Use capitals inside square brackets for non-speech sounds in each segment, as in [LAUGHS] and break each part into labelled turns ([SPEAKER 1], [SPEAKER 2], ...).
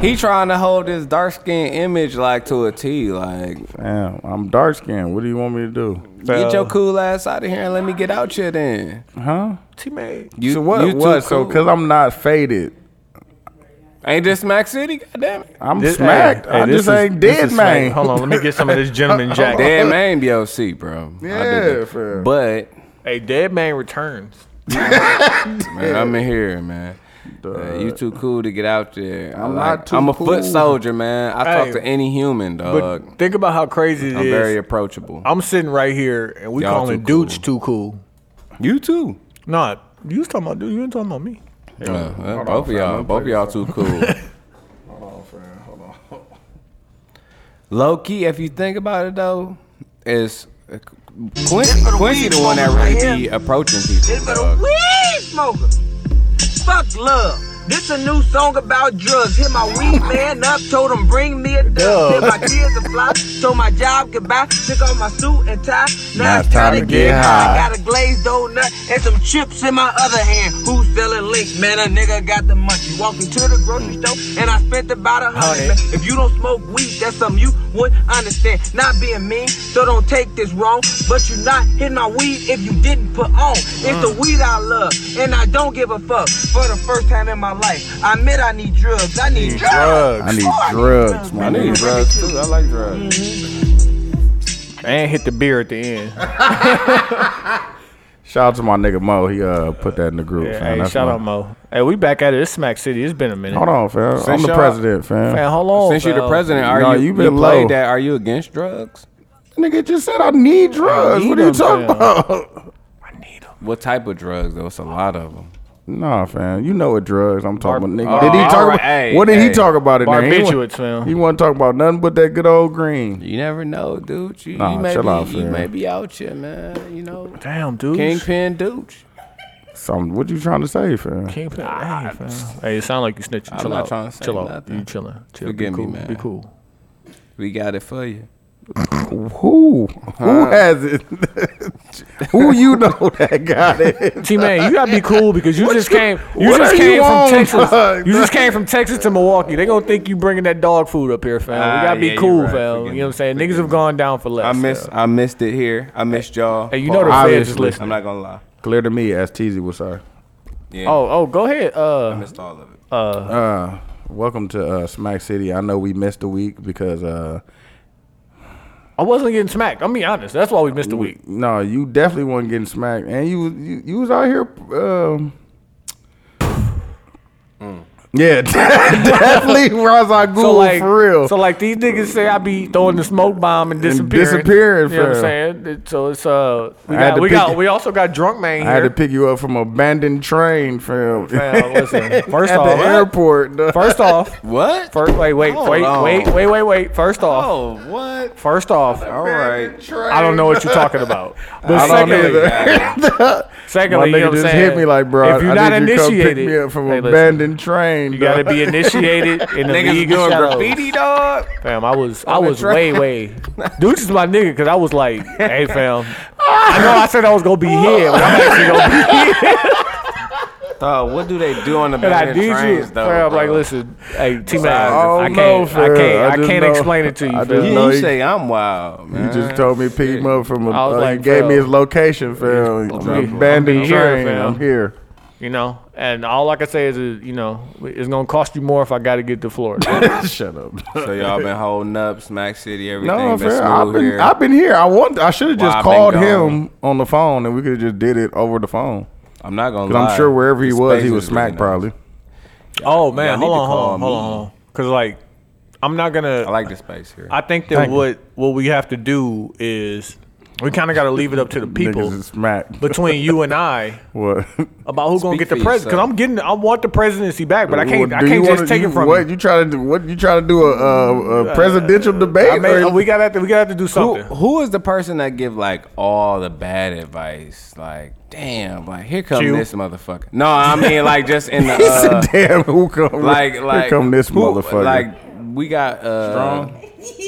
[SPEAKER 1] He trying to hold this dark skin image like to a T. Like,
[SPEAKER 2] Damn, I'm dark skinned. What do you want me to do?
[SPEAKER 1] get your cool ass out of here and let me get out here then.
[SPEAKER 2] Huh?
[SPEAKER 3] teammate.
[SPEAKER 1] You,
[SPEAKER 2] so what?
[SPEAKER 1] you too
[SPEAKER 2] what? So
[SPEAKER 1] cool.
[SPEAKER 2] because I'm not faded,
[SPEAKER 1] ain't this Mac City? Goddamn
[SPEAKER 2] [LAUGHS]
[SPEAKER 1] it.
[SPEAKER 2] I'm
[SPEAKER 3] This- hey,
[SPEAKER 2] smacked.
[SPEAKER 3] hey,
[SPEAKER 2] I
[SPEAKER 3] this
[SPEAKER 2] just
[SPEAKER 3] is-
[SPEAKER 2] ain't
[SPEAKER 3] this
[SPEAKER 2] dead,
[SPEAKER 3] is
[SPEAKER 2] man.
[SPEAKER 3] smack. Hold on, let me get some [LAUGHS] of this gentleman jack.
[SPEAKER 1] Dead man DOC, bro. I did
[SPEAKER 2] Yeah,
[SPEAKER 1] it.
[SPEAKER 2] fam.
[SPEAKER 1] But
[SPEAKER 3] Hey, Dead Man returns.
[SPEAKER 1] man, I'm in here, man. Uh, you too cool to get out there.
[SPEAKER 2] I'm
[SPEAKER 1] I
[SPEAKER 2] not too
[SPEAKER 1] I'm a
[SPEAKER 2] cool.
[SPEAKER 1] foot soldier, man. I
[SPEAKER 3] Hey,
[SPEAKER 1] talk to any human,
[SPEAKER 3] But
[SPEAKER 1] dog.
[SPEAKER 3] think about how crazy it
[SPEAKER 1] I'm
[SPEAKER 3] is.
[SPEAKER 1] very approachable.
[SPEAKER 3] I'm sitting right here and we
[SPEAKER 1] Y'all
[SPEAKER 3] calling
[SPEAKER 1] too
[SPEAKER 3] Dooch too cool.
[SPEAKER 1] you too.
[SPEAKER 3] Nah, you was talking about Dooch. You ain't talking about me.
[SPEAKER 1] Uh, uh,
[SPEAKER 2] Hold
[SPEAKER 1] both
[SPEAKER 2] on,
[SPEAKER 1] of y'all,
[SPEAKER 2] fam.
[SPEAKER 1] both of y'all too cool.
[SPEAKER 2] [LAUGHS] Hold on, fam. Hold on.
[SPEAKER 1] Low key, if you think about it though, is Quincy, Quincy the one that really be approaching people.
[SPEAKER 4] This is a
[SPEAKER 1] dog.
[SPEAKER 4] weed smoker. Fuck love. This a new song about drugs. Hit my [LAUGHS] weed man up, told him bring me a dub. Hit my kids a fly, so my job goodbye. Took off my suit and tie. Now, it's time, to get, high. Got a glazed donut and some chips in my other hand. Who's selling links, man? A nigga got the munchies. Walked into the grocery store and I spent about a hundred. man. If you don't smoke weed, that's something you would understand. Not being mean, so don't take this wrong. But you not hitting my weed if you didn't put on. It's the weed I love, and I don't give a fuck. For the first time in my life, I admit I need drugs. I need, drugs.
[SPEAKER 2] I need
[SPEAKER 4] Oh, I need
[SPEAKER 2] drugs, my
[SPEAKER 1] I
[SPEAKER 4] man.
[SPEAKER 1] need
[SPEAKER 2] nigga.
[SPEAKER 1] drugs too. I like drugs.
[SPEAKER 3] And hit the beer at the end.
[SPEAKER 2] Shout out to my nigga Mo. He uh put that in the group,
[SPEAKER 3] Yeah,
[SPEAKER 2] fam.
[SPEAKER 3] hey,
[SPEAKER 2] That's
[SPEAKER 3] shout
[SPEAKER 2] my-
[SPEAKER 3] out Mo. Hey, we back at it. It's Smack City. It's been a minute.
[SPEAKER 2] Hold on, fam. I'm
[SPEAKER 1] Since
[SPEAKER 2] the
[SPEAKER 1] y'all-
[SPEAKER 2] president, fam.
[SPEAKER 3] Man, hold on.
[SPEAKER 1] Since you're the
[SPEAKER 3] fam.
[SPEAKER 1] president, are
[SPEAKER 2] No,
[SPEAKER 1] you?
[SPEAKER 2] you been
[SPEAKER 1] you played
[SPEAKER 2] low.
[SPEAKER 1] that. Are you against drugs?
[SPEAKER 2] Nigga just said I need drugs.
[SPEAKER 3] need
[SPEAKER 2] what are you talking
[SPEAKER 3] them, fam.
[SPEAKER 2] about? [LAUGHS]
[SPEAKER 1] What type of drugs? though? It's a lot of them.
[SPEAKER 2] Nah, fam. You know what drugs I'm talking about, nigga.
[SPEAKER 1] Oh,
[SPEAKER 2] did he talk
[SPEAKER 1] all right.
[SPEAKER 2] about?
[SPEAKER 1] Hey,
[SPEAKER 2] what did
[SPEAKER 1] hey.
[SPEAKER 2] he talk about in there? He wa-
[SPEAKER 3] Barbiturates, fam.
[SPEAKER 2] He wasn't talking about nothing but that good old green.
[SPEAKER 1] You never know, dude. You,
[SPEAKER 2] Nah,
[SPEAKER 1] you may
[SPEAKER 2] chill
[SPEAKER 1] be,
[SPEAKER 2] out,
[SPEAKER 1] you
[SPEAKER 2] fam.
[SPEAKER 1] may be out here, man. You know,
[SPEAKER 3] Damn, dude.
[SPEAKER 1] kingpin, dude.
[SPEAKER 2] Something. What you trying to say, fam?
[SPEAKER 3] Kingpin. Hey, fam. Hey, it sound like you snitching.
[SPEAKER 1] Ah, I'm
[SPEAKER 3] Chill
[SPEAKER 1] not
[SPEAKER 3] out.
[SPEAKER 1] trying to say
[SPEAKER 3] Chill out.
[SPEAKER 1] nothing.
[SPEAKER 3] You chilling. Chill.
[SPEAKER 1] Forgive
[SPEAKER 3] be
[SPEAKER 1] me,
[SPEAKER 3] cool.
[SPEAKER 1] man.
[SPEAKER 3] Be cool.
[SPEAKER 1] We got it for you.
[SPEAKER 2] Who? Who has it? [LAUGHS] Who you [LAUGHS] know that got it?
[SPEAKER 3] T man, you
[SPEAKER 2] [LAUGHS]
[SPEAKER 3] gotta be cool because you just came. You
[SPEAKER 2] what
[SPEAKER 3] just
[SPEAKER 2] are
[SPEAKER 3] came
[SPEAKER 2] you
[SPEAKER 3] from
[SPEAKER 2] on,
[SPEAKER 3] Texas.
[SPEAKER 2] bro?
[SPEAKER 3] You just came from Texas to Milwaukee. They gonna think you bringing that dog food up here, fam.
[SPEAKER 1] Ah,
[SPEAKER 3] we gotta be
[SPEAKER 1] yeah, you
[SPEAKER 3] cool,
[SPEAKER 1] right.
[SPEAKER 3] fam.
[SPEAKER 1] Forgive
[SPEAKER 3] You know what I'm
[SPEAKER 1] me.
[SPEAKER 3] saying?
[SPEAKER 1] Forgive
[SPEAKER 3] Niggas have
[SPEAKER 1] me.
[SPEAKER 3] gone down for less.
[SPEAKER 1] I miss, I missed it here. I missed y'all.
[SPEAKER 3] Hey, you know the feds
[SPEAKER 2] Obviously.
[SPEAKER 3] is listening.
[SPEAKER 1] I'm not gonna lie.
[SPEAKER 2] Clear to me, as TZ would say.
[SPEAKER 1] Yeah,
[SPEAKER 3] Oh, oh, go ahead.
[SPEAKER 1] I
[SPEAKER 3] Uh,
[SPEAKER 1] missed all of it.
[SPEAKER 2] Uh, welcome to uh, Smack City. I know we missed a week because uh,
[SPEAKER 3] I wasn't getting smacked. I'm be honest. That's why we missed a week.
[SPEAKER 2] no, you definitely wasn't getting smacked, and you was- you, you was out here. Um, Yeah, [LAUGHS]
[SPEAKER 3] [LAUGHS]
[SPEAKER 2] definitely Ross I Google
[SPEAKER 3] Mm. So like,
[SPEAKER 2] for real.
[SPEAKER 3] so like these niggas say I be throwing the smoke bomb and disappearing.
[SPEAKER 2] disappearing,
[SPEAKER 3] you know what I'm
[SPEAKER 2] fam.
[SPEAKER 3] saying? It- So it's uh, we
[SPEAKER 2] I had
[SPEAKER 3] got
[SPEAKER 2] to
[SPEAKER 3] we
[SPEAKER 2] pick
[SPEAKER 3] got
[SPEAKER 2] it.
[SPEAKER 3] we also got drunk man
[SPEAKER 2] I had to
[SPEAKER 3] here.
[SPEAKER 2] pick you up from abandoned train, fam.
[SPEAKER 3] Fam, listen,
[SPEAKER 2] [LAUGHS]
[SPEAKER 3] first
[SPEAKER 2] At
[SPEAKER 3] off,
[SPEAKER 2] the airport. dog.
[SPEAKER 3] first off,
[SPEAKER 1] What?
[SPEAKER 3] first wait, wait,
[SPEAKER 1] [LAUGHS] Hold
[SPEAKER 3] wait,
[SPEAKER 1] on.
[SPEAKER 3] wait, wait, wait, wait. First off,
[SPEAKER 1] Oh, what?
[SPEAKER 3] First off,
[SPEAKER 1] All right.
[SPEAKER 3] I don't know what you're
[SPEAKER 2] [LAUGHS]
[SPEAKER 3] talking about. But
[SPEAKER 2] I don't [LAUGHS]
[SPEAKER 3] secondly,
[SPEAKER 2] either. My
[SPEAKER 3] secondly, you
[SPEAKER 2] nigga
[SPEAKER 3] know what I'm
[SPEAKER 2] just
[SPEAKER 3] saying?
[SPEAKER 2] hit me like, bro.
[SPEAKER 3] if you're
[SPEAKER 2] I
[SPEAKER 3] not
[SPEAKER 2] need you to come
[SPEAKER 3] initiated,
[SPEAKER 2] pick me up from
[SPEAKER 3] Hey, listen,
[SPEAKER 2] abandoned train.
[SPEAKER 3] you gotta
[SPEAKER 2] dog. [LAUGHS]
[SPEAKER 3] be initiated in the
[SPEAKER 1] Niggas
[SPEAKER 3] league of
[SPEAKER 1] doing
[SPEAKER 3] shadows.
[SPEAKER 1] graffiti, dog.
[SPEAKER 3] Fam, I was, I
[SPEAKER 1] the
[SPEAKER 3] was
[SPEAKER 1] track.
[SPEAKER 3] way, way.
[SPEAKER 2] [LAUGHS]
[SPEAKER 3] Dude, is my nigga because I was like, hey, fam. I know I said I was
[SPEAKER 2] [LAUGHS]
[SPEAKER 3] gonna be here, but I'm actually gonna be here.
[SPEAKER 1] Dog, what do they do on the
[SPEAKER 3] And I
[SPEAKER 1] abandoned
[SPEAKER 3] need you,
[SPEAKER 1] trains, though?
[SPEAKER 3] fam.
[SPEAKER 1] bro?
[SPEAKER 3] Like, listen, hey, teammate,
[SPEAKER 2] I
[SPEAKER 3] I
[SPEAKER 2] don't
[SPEAKER 3] can't,
[SPEAKER 2] know,
[SPEAKER 3] I
[SPEAKER 2] fam. I
[SPEAKER 3] can't, I
[SPEAKER 2] just
[SPEAKER 3] can't
[SPEAKER 2] know-
[SPEAKER 3] explain it to you,
[SPEAKER 2] I
[SPEAKER 3] fam.
[SPEAKER 2] just
[SPEAKER 1] Yeah,
[SPEAKER 2] know
[SPEAKER 1] you
[SPEAKER 2] you-
[SPEAKER 1] say I'm wild, man.
[SPEAKER 2] You just told me to pick him up from a.
[SPEAKER 3] I was
[SPEAKER 2] uh,
[SPEAKER 3] like,
[SPEAKER 2] you gave
[SPEAKER 3] fam,
[SPEAKER 2] me his location, fam.
[SPEAKER 3] I'm
[SPEAKER 2] From
[SPEAKER 3] be-
[SPEAKER 2] abandoned
[SPEAKER 3] I'm be here,
[SPEAKER 2] train.
[SPEAKER 3] fam.
[SPEAKER 1] [LAUGHS]
[SPEAKER 2] I'm here. [LAUGHS]
[SPEAKER 3] You know, and all I can say is, uh, you know, it's gonna cost you more if I got to get
[SPEAKER 2] [LAUGHS]
[SPEAKER 3] to Florida.
[SPEAKER 2] Shut up.
[SPEAKER 1] So y'all been holding up, Smack City, everything
[SPEAKER 2] No,
[SPEAKER 1] been smooth
[SPEAKER 2] fam. I've been
[SPEAKER 1] here.
[SPEAKER 2] I've been here. I want. I should have
[SPEAKER 1] Well,
[SPEAKER 2] just
[SPEAKER 1] I've been
[SPEAKER 2] called
[SPEAKER 1] gone.
[SPEAKER 2] him on the phone, and we could have just did it over the phone.
[SPEAKER 1] I'm not gonna.
[SPEAKER 2] Because I'm
[SPEAKER 1] lie.
[SPEAKER 2] sure wherever he
[SPEAKER 1] The
[SPEAKER 2] was, he
[SPEAKER 1] space
[SPEAKER 2] was
[SPEAKER 1] is really
[SPEAKER 2] smacked probably.
[SPEAKER 1] nice.
[SPEAKER 3] oh
[SPEAKER 1] Y'all
[SPEAKER 3] man,
[SPEAKER 1] need
[SPEAKER 3] hold
[SPEAKER 1] to
[SPEAKER 3] on, hold
[SPEAKER 1] call
[SPEAKER 3] on, hold on,
[SPEAKER 1] me.
[SPEAKER 3] hold on, because like, I'm not gonna.
[SPEAKER 1] I like the space here.
[SPEAKER 3] I think that
[SPEAKER 2] Thank you.
[SPEAKER 3] what what we have to do is we kind of got to leave it
[SPEAKER 2] [LAUGHS]
[SPEAKER 3] up to the
[SPEAKER 2] Niggas
[SPEAKER 3] people
[SPEAKER 2] is smacked. [LAUGHS]
[SPEAKER 3] between you and I
[SPEAKER 2] what?
[SPEAKER 3] about who's gonna
[SPEAKER 1] Speak
[SPEAKER 3] get the
[SPEAKER 1] for
[SPEAKER 3] president. Because
[SPEAKER 1] yourself.
[SPEAKER 3] I'm getting, I want the presidency back, but I can't, I
[SPEAKER 2] Do you
[SPEAKER 3] can't just
[SPEAKER 2] wanna-
[SPEAKER 3] take
[SPEAKER 2] you-
[SPEAKER 3] it from
[SPEAKER 2] What
[SPEAKER 3] you.
[SPEAKER 2] you trying to do? What you trying to do? A, a, a presidential debate?
[SPEAKER 3] I mean,
[SPEAKER 2] or-
[SPEAKER 3] uh, we gotta, have to- we gotta have to do
[SPEAKER 1] who,
[SPEAKER 3] something.
[SPEAKER 1] who is the person that give like all the bad advice? Like, damn, like here come
[SPEAKER 3] Q.
[SPEAKER 1] this motherfucker. No, I mean like just in the
[SPEAKER 2] [LAUGHS] he said,
[SPEAKER 1] uh,
[SPEAKER 2] "Damn, who come?
[SPEAKER 1] like
[SPEAKER 2] here
[SPEAKER 1] like
[SPEAKER 2] come this
[SPEAKER 1] who-
[SPEAKER 2] motherfucker?
[SPEAKER 1] Like we got uh,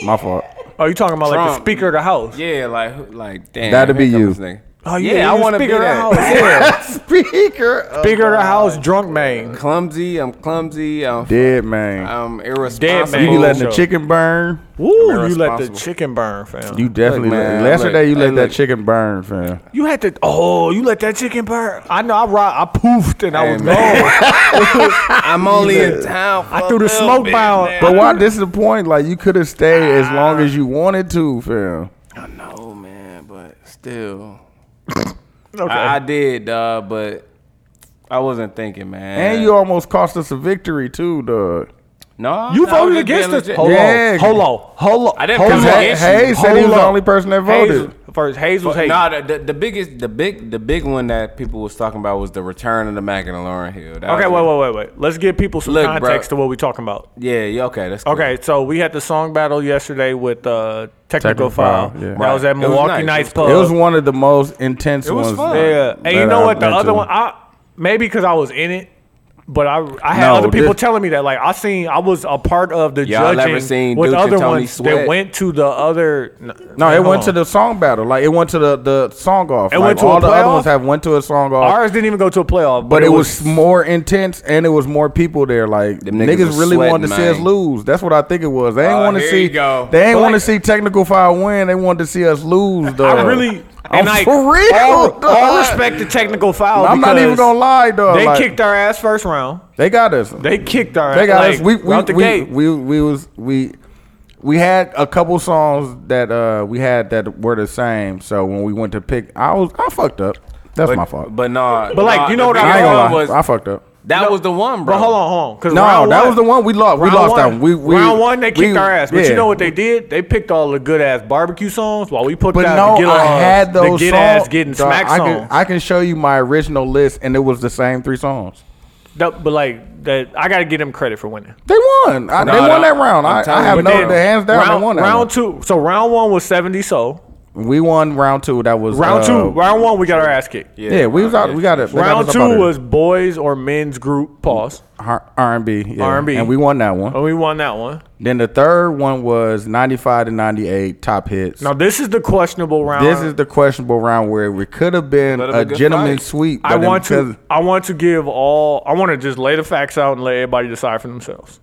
[SPEAKER 2] my fault.
[SPEAKER 1] [LAUGHS]
[SPEAKER 3] Are Oh, you talking about like the
[SPEAKER 1] Trump.
[SPEAKER 3] Speaker of the House?
[SPEAKER 1] Yeah, like who- like damn.
[SPEAKER 2] That'd
[SPEAKER 1] here
[SPEAKER 2] be
[SPEAKER 1] come
[SPEAKER 2] you.
[SPEAKER 1] this nigga.
[SPEAKER 3] Oh
[SPEAKER 1] Yeah, I
[SPEAKER 3] you
[SPEAKER 1] wanna
[SPEAKER 3] speaker
[SPEAKER 1] be
[SPEAKER 3] of the
[SPEAKER 1] that.
[SPEAKER 3] house. Yeah.
[SPEAKER 2] Speaker. of
[SPEAKER 3] Speaker of the house, drunk man.
[SPEAKER 1] [LAUGHS] clumsy. I'm clumsy. I'm,
[SPEAKER 2] Dead man.
[SPEAKER 1] I'm irresponsible.
[SPEAKER 2] You
[SPEAKER 3] Oh,
[SPEAKER 2] letting the
[SPEAKER 3] sure.
[SPEAKER 2] chicken burn?
[SPEAKER 3] Woo, you let the
[SPEAKER 1] irresponsible.
[SPEAKER 3] chicken burn, fam.
[SPEAKER 2] You definitely.
[SPEAKER 1] man,
[SPEAKER 2] let,
[SPEAKER 1] look,
[SPEAKER 2] yesterday you let
[SPEAKER 1] hey,
[SPEAKER 2] that
[SPEAKER 1] look.
[SPEAKER 2] chicken
[SPEAKER 1] [LAUGHS]
[SPEAKER 2] burn, fam.
[SPEAKER 3] You had to. Oh, you let that chicken burn. I know. I rock, I poofed and I
[SPEAKER 1] Hey,
[SPEAKER 3] was
[SPEAKER 1] man.
[SPEAKER 3] gone.
[SPEAKER 1] [LAUGHS] I'm only in town. For
[SPEAKER 3] I threw the
[SPEAKER 1] a little
[SPEAKER 3] smoke
[SPEAKER 1] bit,
[SPEAKER 3] bomb.
[SPEAKER 1] man.
[SPEAKER 2] But why? This is the point. Like you could have stayed as
[SPEAKER 1] Ah.
[SPEAKER 2] long as you wanted to, fam.
[SPEAKER 1] I know, man, but still,
[SPEAKER 3] [LAUGHS] Okay.
[SPEAKER 1] I, I did, dog. But I wasn't thinking, man.
[SPEAKER 2] And you almost cost us a victory too, dog.
[SPEAKER 1] no,
[SPEAKER 3] you
[SPEAKER 1] no, I was
[SPEAKER 3] voted
[SPEAKER 1] just being
[SPEAKER 3] against us.
[SPEAKER 1] legit.
[SPEAKER 3] Hold
[SPEAKER 2] Yeah.
[SPEAKER 3] on. Hold on. Hold on.
[SPEAKER 1] I didn't
[SPEAKER 3] hold
[SPEAKER 1] come
[SPEAKER 3] on.
[SPEAKER 1] back.
[SPEAKER 2] Hayes
[SPEAKER 1] issue.
[SPEAKER 2] Hayes said he was
[SPEAKER 3] Hold
[SPEAKER 2] the
[SPEAKER 3] up.
[SPEAKER 2] only person that
[SPEAKER 3] Hayes,
[SPEAKER 2] voted.
[SPEAKER 3] first, Hayes was
[SPEAKER 1] But
[SPEAKER 3] Hayes.
[SPEAKER 1] no, the, the the biggest, the big, the big one that people was talking about was the return of the Mac and Lauren Hill. That
[SPEAKER 3] okay,
[SPEAKER 1] was-
[SPEAKER 3] wait, wait, wait, wait. Let's give people some
[SPEAKER 1] Look, bro.
[SPEAKER 3] context to what we're talking about.
[SPEAKER 1] Yeah, yeah, okay, that's cool.
[SPEAKER 3] Okay, so we had the song battle yesterday with uh,
[SPEAKER 2] Technical
[SPEAKER 3] Technical, File.
[SPEAKER 2] File, yeah.
[SPEAKER 3] That was at
[SPEAKER 1] Right. It was
[SPEAKER 3] Milwaukee
[SPEAKER 1] nice. It
[SPEAKER 3] Nights
[SPEAKER 1] was
[SPEAKER 3] Pub.
[SPEAKER 2] it was one of the most intense
[SPEAKER 1] Uh, was
[SPEAKER 2] ones.
[SPEAKER 1] fun.
[SPEAKER 3] Yeah,
[SPEAKER 2] that
[SPEAKER 3] and you know
[SPEAKER 2] I've
[SPEAKER 3] what? The
[SPEAKER 2] been
[SPEAKER 3] other
[SPEAKER 2] to.
[SPEAKER 3] one, I maybe because I was in it, but I I had
[SPEAKER 2] No,
[SPEAKER 3] other people
[SPEAKER 2] this-
[SPEAKER 3] telling me that. Like I seen, I was a part of the
[SPEAKER 1] Y'all ever
[SPEAKER 3] judging
[SPEAKER 1] seen
[SPEAKER 3] with
[SPEAKER 1] Duke and
[SPEAKER 3] other
[SPEAKER 1] Tony
[SPEAKER 3] ones
[SPEAKER 1] sweat?
[SPEAKER 3] that went to the other.
[SPEAKER 2] No, it went to the song battle. Like it went to the, the song off.
[SPEAKER 3] It
[SPEAKER 2] Like,
[SPEAKER 3] went to a
[SPEAKER 2] all the other
[SPEAKER 3] playoff?
[SPEAKER 2] ones have went to a song off.
[SPEAKER 3] Ours didn't even go to a playoff, but,
[SPEAKER 2] but it was more intense and it was more people there. Like
[SPEAKER 1] Them niggas
[SPEAKER 2] niggas,
[SPEAKER 1] was
[SPEAKER 2] really
[SPEAKER 1] sweating,
[SPEAKER 2] wanted to see us
[SPEAKER 1] man.
[SPEAKER 2] lose. That's what I think it was. They ain't
[SPEAKER 1] Oh,
[SPEAKER 2] want to
[SPEAKER 1] here
[SPEAKER 2] see.
[SPEAKER 1] you go.
[SPEAKER 2] They ain't
[SPEAKER 3] But
[SPEAKER 2] want to see
[SPEAKER 3] like-
[SPEAKER 2] technical file win. They wanted to see us lose. Though
[SPEAKER 3] I really
[SPEAKER 2] uh, I'm
[SPEAKER 3] and like
[SPEAKER 2] for real.
[SPEAKER 3] All, all
[SPEAKER 2] dog.
[SPEAKER 3] respect to technical foul.
[SPEAKER 2] I'm not even
[SPEAKER 3] because
[SPEAKER 2] gonna lie, though.
[SPEAKER 3] They
[SPEAKER 2] like,
[SPEAKER 3] kicked our ass first round.
[SPEAKER 2] They got us. They,
[SPEAKER 3] They kicked our. ass,
[SPEAKER 2] got
[SPEAKER 3] like,
[SPEAKER 2] us. We we,
[SPEAKER 3] out the
[SPEAKER 2] we,
[SPEAKER 3] gate.
[SPEAKER 2] we we was we we had a couple songs that uh we had that were the same. So when we went to pick, I was I fucked up. That's my fault.
[SPEAKER 1] But no,
[SPEAKER 3] But, like,
[SPEAKER 1] nah,
[SPEAKER 3] you know
[SPEAKER 1] the
[SPEAKER 3] what I-
[SPEAKER 2] I
[SPEAKER 1] biggest
[SPEAKER 2] ain't gonna
[SPEAKER 1] one
[SPEAKER 2] lie.
[SPEAKER 1] was-
[SPEAKER 2] I fucked up.
[SPEAKER 1] that was the one, bro.
[SPEAKER 3] But hold on, hold on. 'cause
[SPEAKER 2] No,
[SPEAKER 3] round
[SPEAKER 2] that
[SPEAKER 3] one-
[SPEAKER 2] was the one we lost. We
[SPEAKER 3] round
[SPEAKER 2] lost
[SPEAKER 3] one-
[SPEAKER 2] that one. We, we
[SPEAKER 3] round one, they kicked
[SPEAKER 2] we-
[SPEAKER 3] our ass. But
[SPEAKER 2] yeah.
[SPEAKER 3] you know what they did? They picked all the good ass barbecue songs while we put
[SPEAKER 2] But
[SPEAKER 3] down
[SPEAKER 2] no,
[SPEAKER 3] the get
[SPEAKER 2] I
[SPEAKER 3] ass-
[SPEAKER 2] had
[SPEAKER 3] the
[SPEAKER 2] those
[SPEAKER 3] get
[SPEAKER 2] songs.
[SPEAKER 3] ass getting
[SPEAKER 2] dog.
[SPEAKER 3] smack
[SPEAKER 2] I
[SPEAKER 3] songs.
[SPEAKER 2] can, I can show you my original list, and it was the same three songs.
[SPEAKER 3] That- but like that, I gotta give them credit for winning.
[SPEAKER 2] They won. I, they
[SPEAKER 1] No,
[SPEAKER 2] won
[SPEAKER 1] no.
[SPEAKER 2] that round.
[SPEAKER 1] I'm
[SPEAKER 2] I, I
[SPEAKER 1] telling
[SPEAKER 2] have
[SPEAKER 1] you,
[SPEAKER 2] no
[SPEAKER 1] they-
[SPEAKER 2] the hands down.
[SPEAKER 3] round,
[SPEAKER 2] they won that
[SPEAKER 3] round two. So round one was seventy. So
[SPEAKER 2] one. We won round two. That was
[SPEAKER 3] round
[SPEAKER 2] uh,
[SPEAKER 3] two, round one, we got our ass kicked.
[SPEAKER 2] Yeah, we was out. We got it. they got
[SPEAKER 3] round
[SPEAKER 2] us up out
[SPEAKER 3] two
[SPEAKER 2] of
[SPEAKER 3] was boys or men's group. Pause.
[SPEAKER 2] R and B.
[SPEAKER 3] R&B.
[SPEAKER 2] and we won that one.
[SPEAKER 3] And Oh. we won that one.
[SPEAKER 2] Then the third one was ninety five to ninety eight top hits.
[SPEAKER 3] Now this is the questionable round.
[SPEAKER 2] This is the questionable round where we could have been
[SPEAKER 1] Could've
[SPEAKER 2] a
[SPEAKER 1] been good
[SPEAKER 2] gentleman's
[SPEAKER 1] fight.
[SPEAKER 2] sweep.
[SPEAKER 3] I
[SPEAKER 2] but then
[SPEAKER 3] want
[SPEAKER 2] because-
[SPEAKER 3] to. I want to give all. I want to just lay the facts out and let everybody decide for themselves.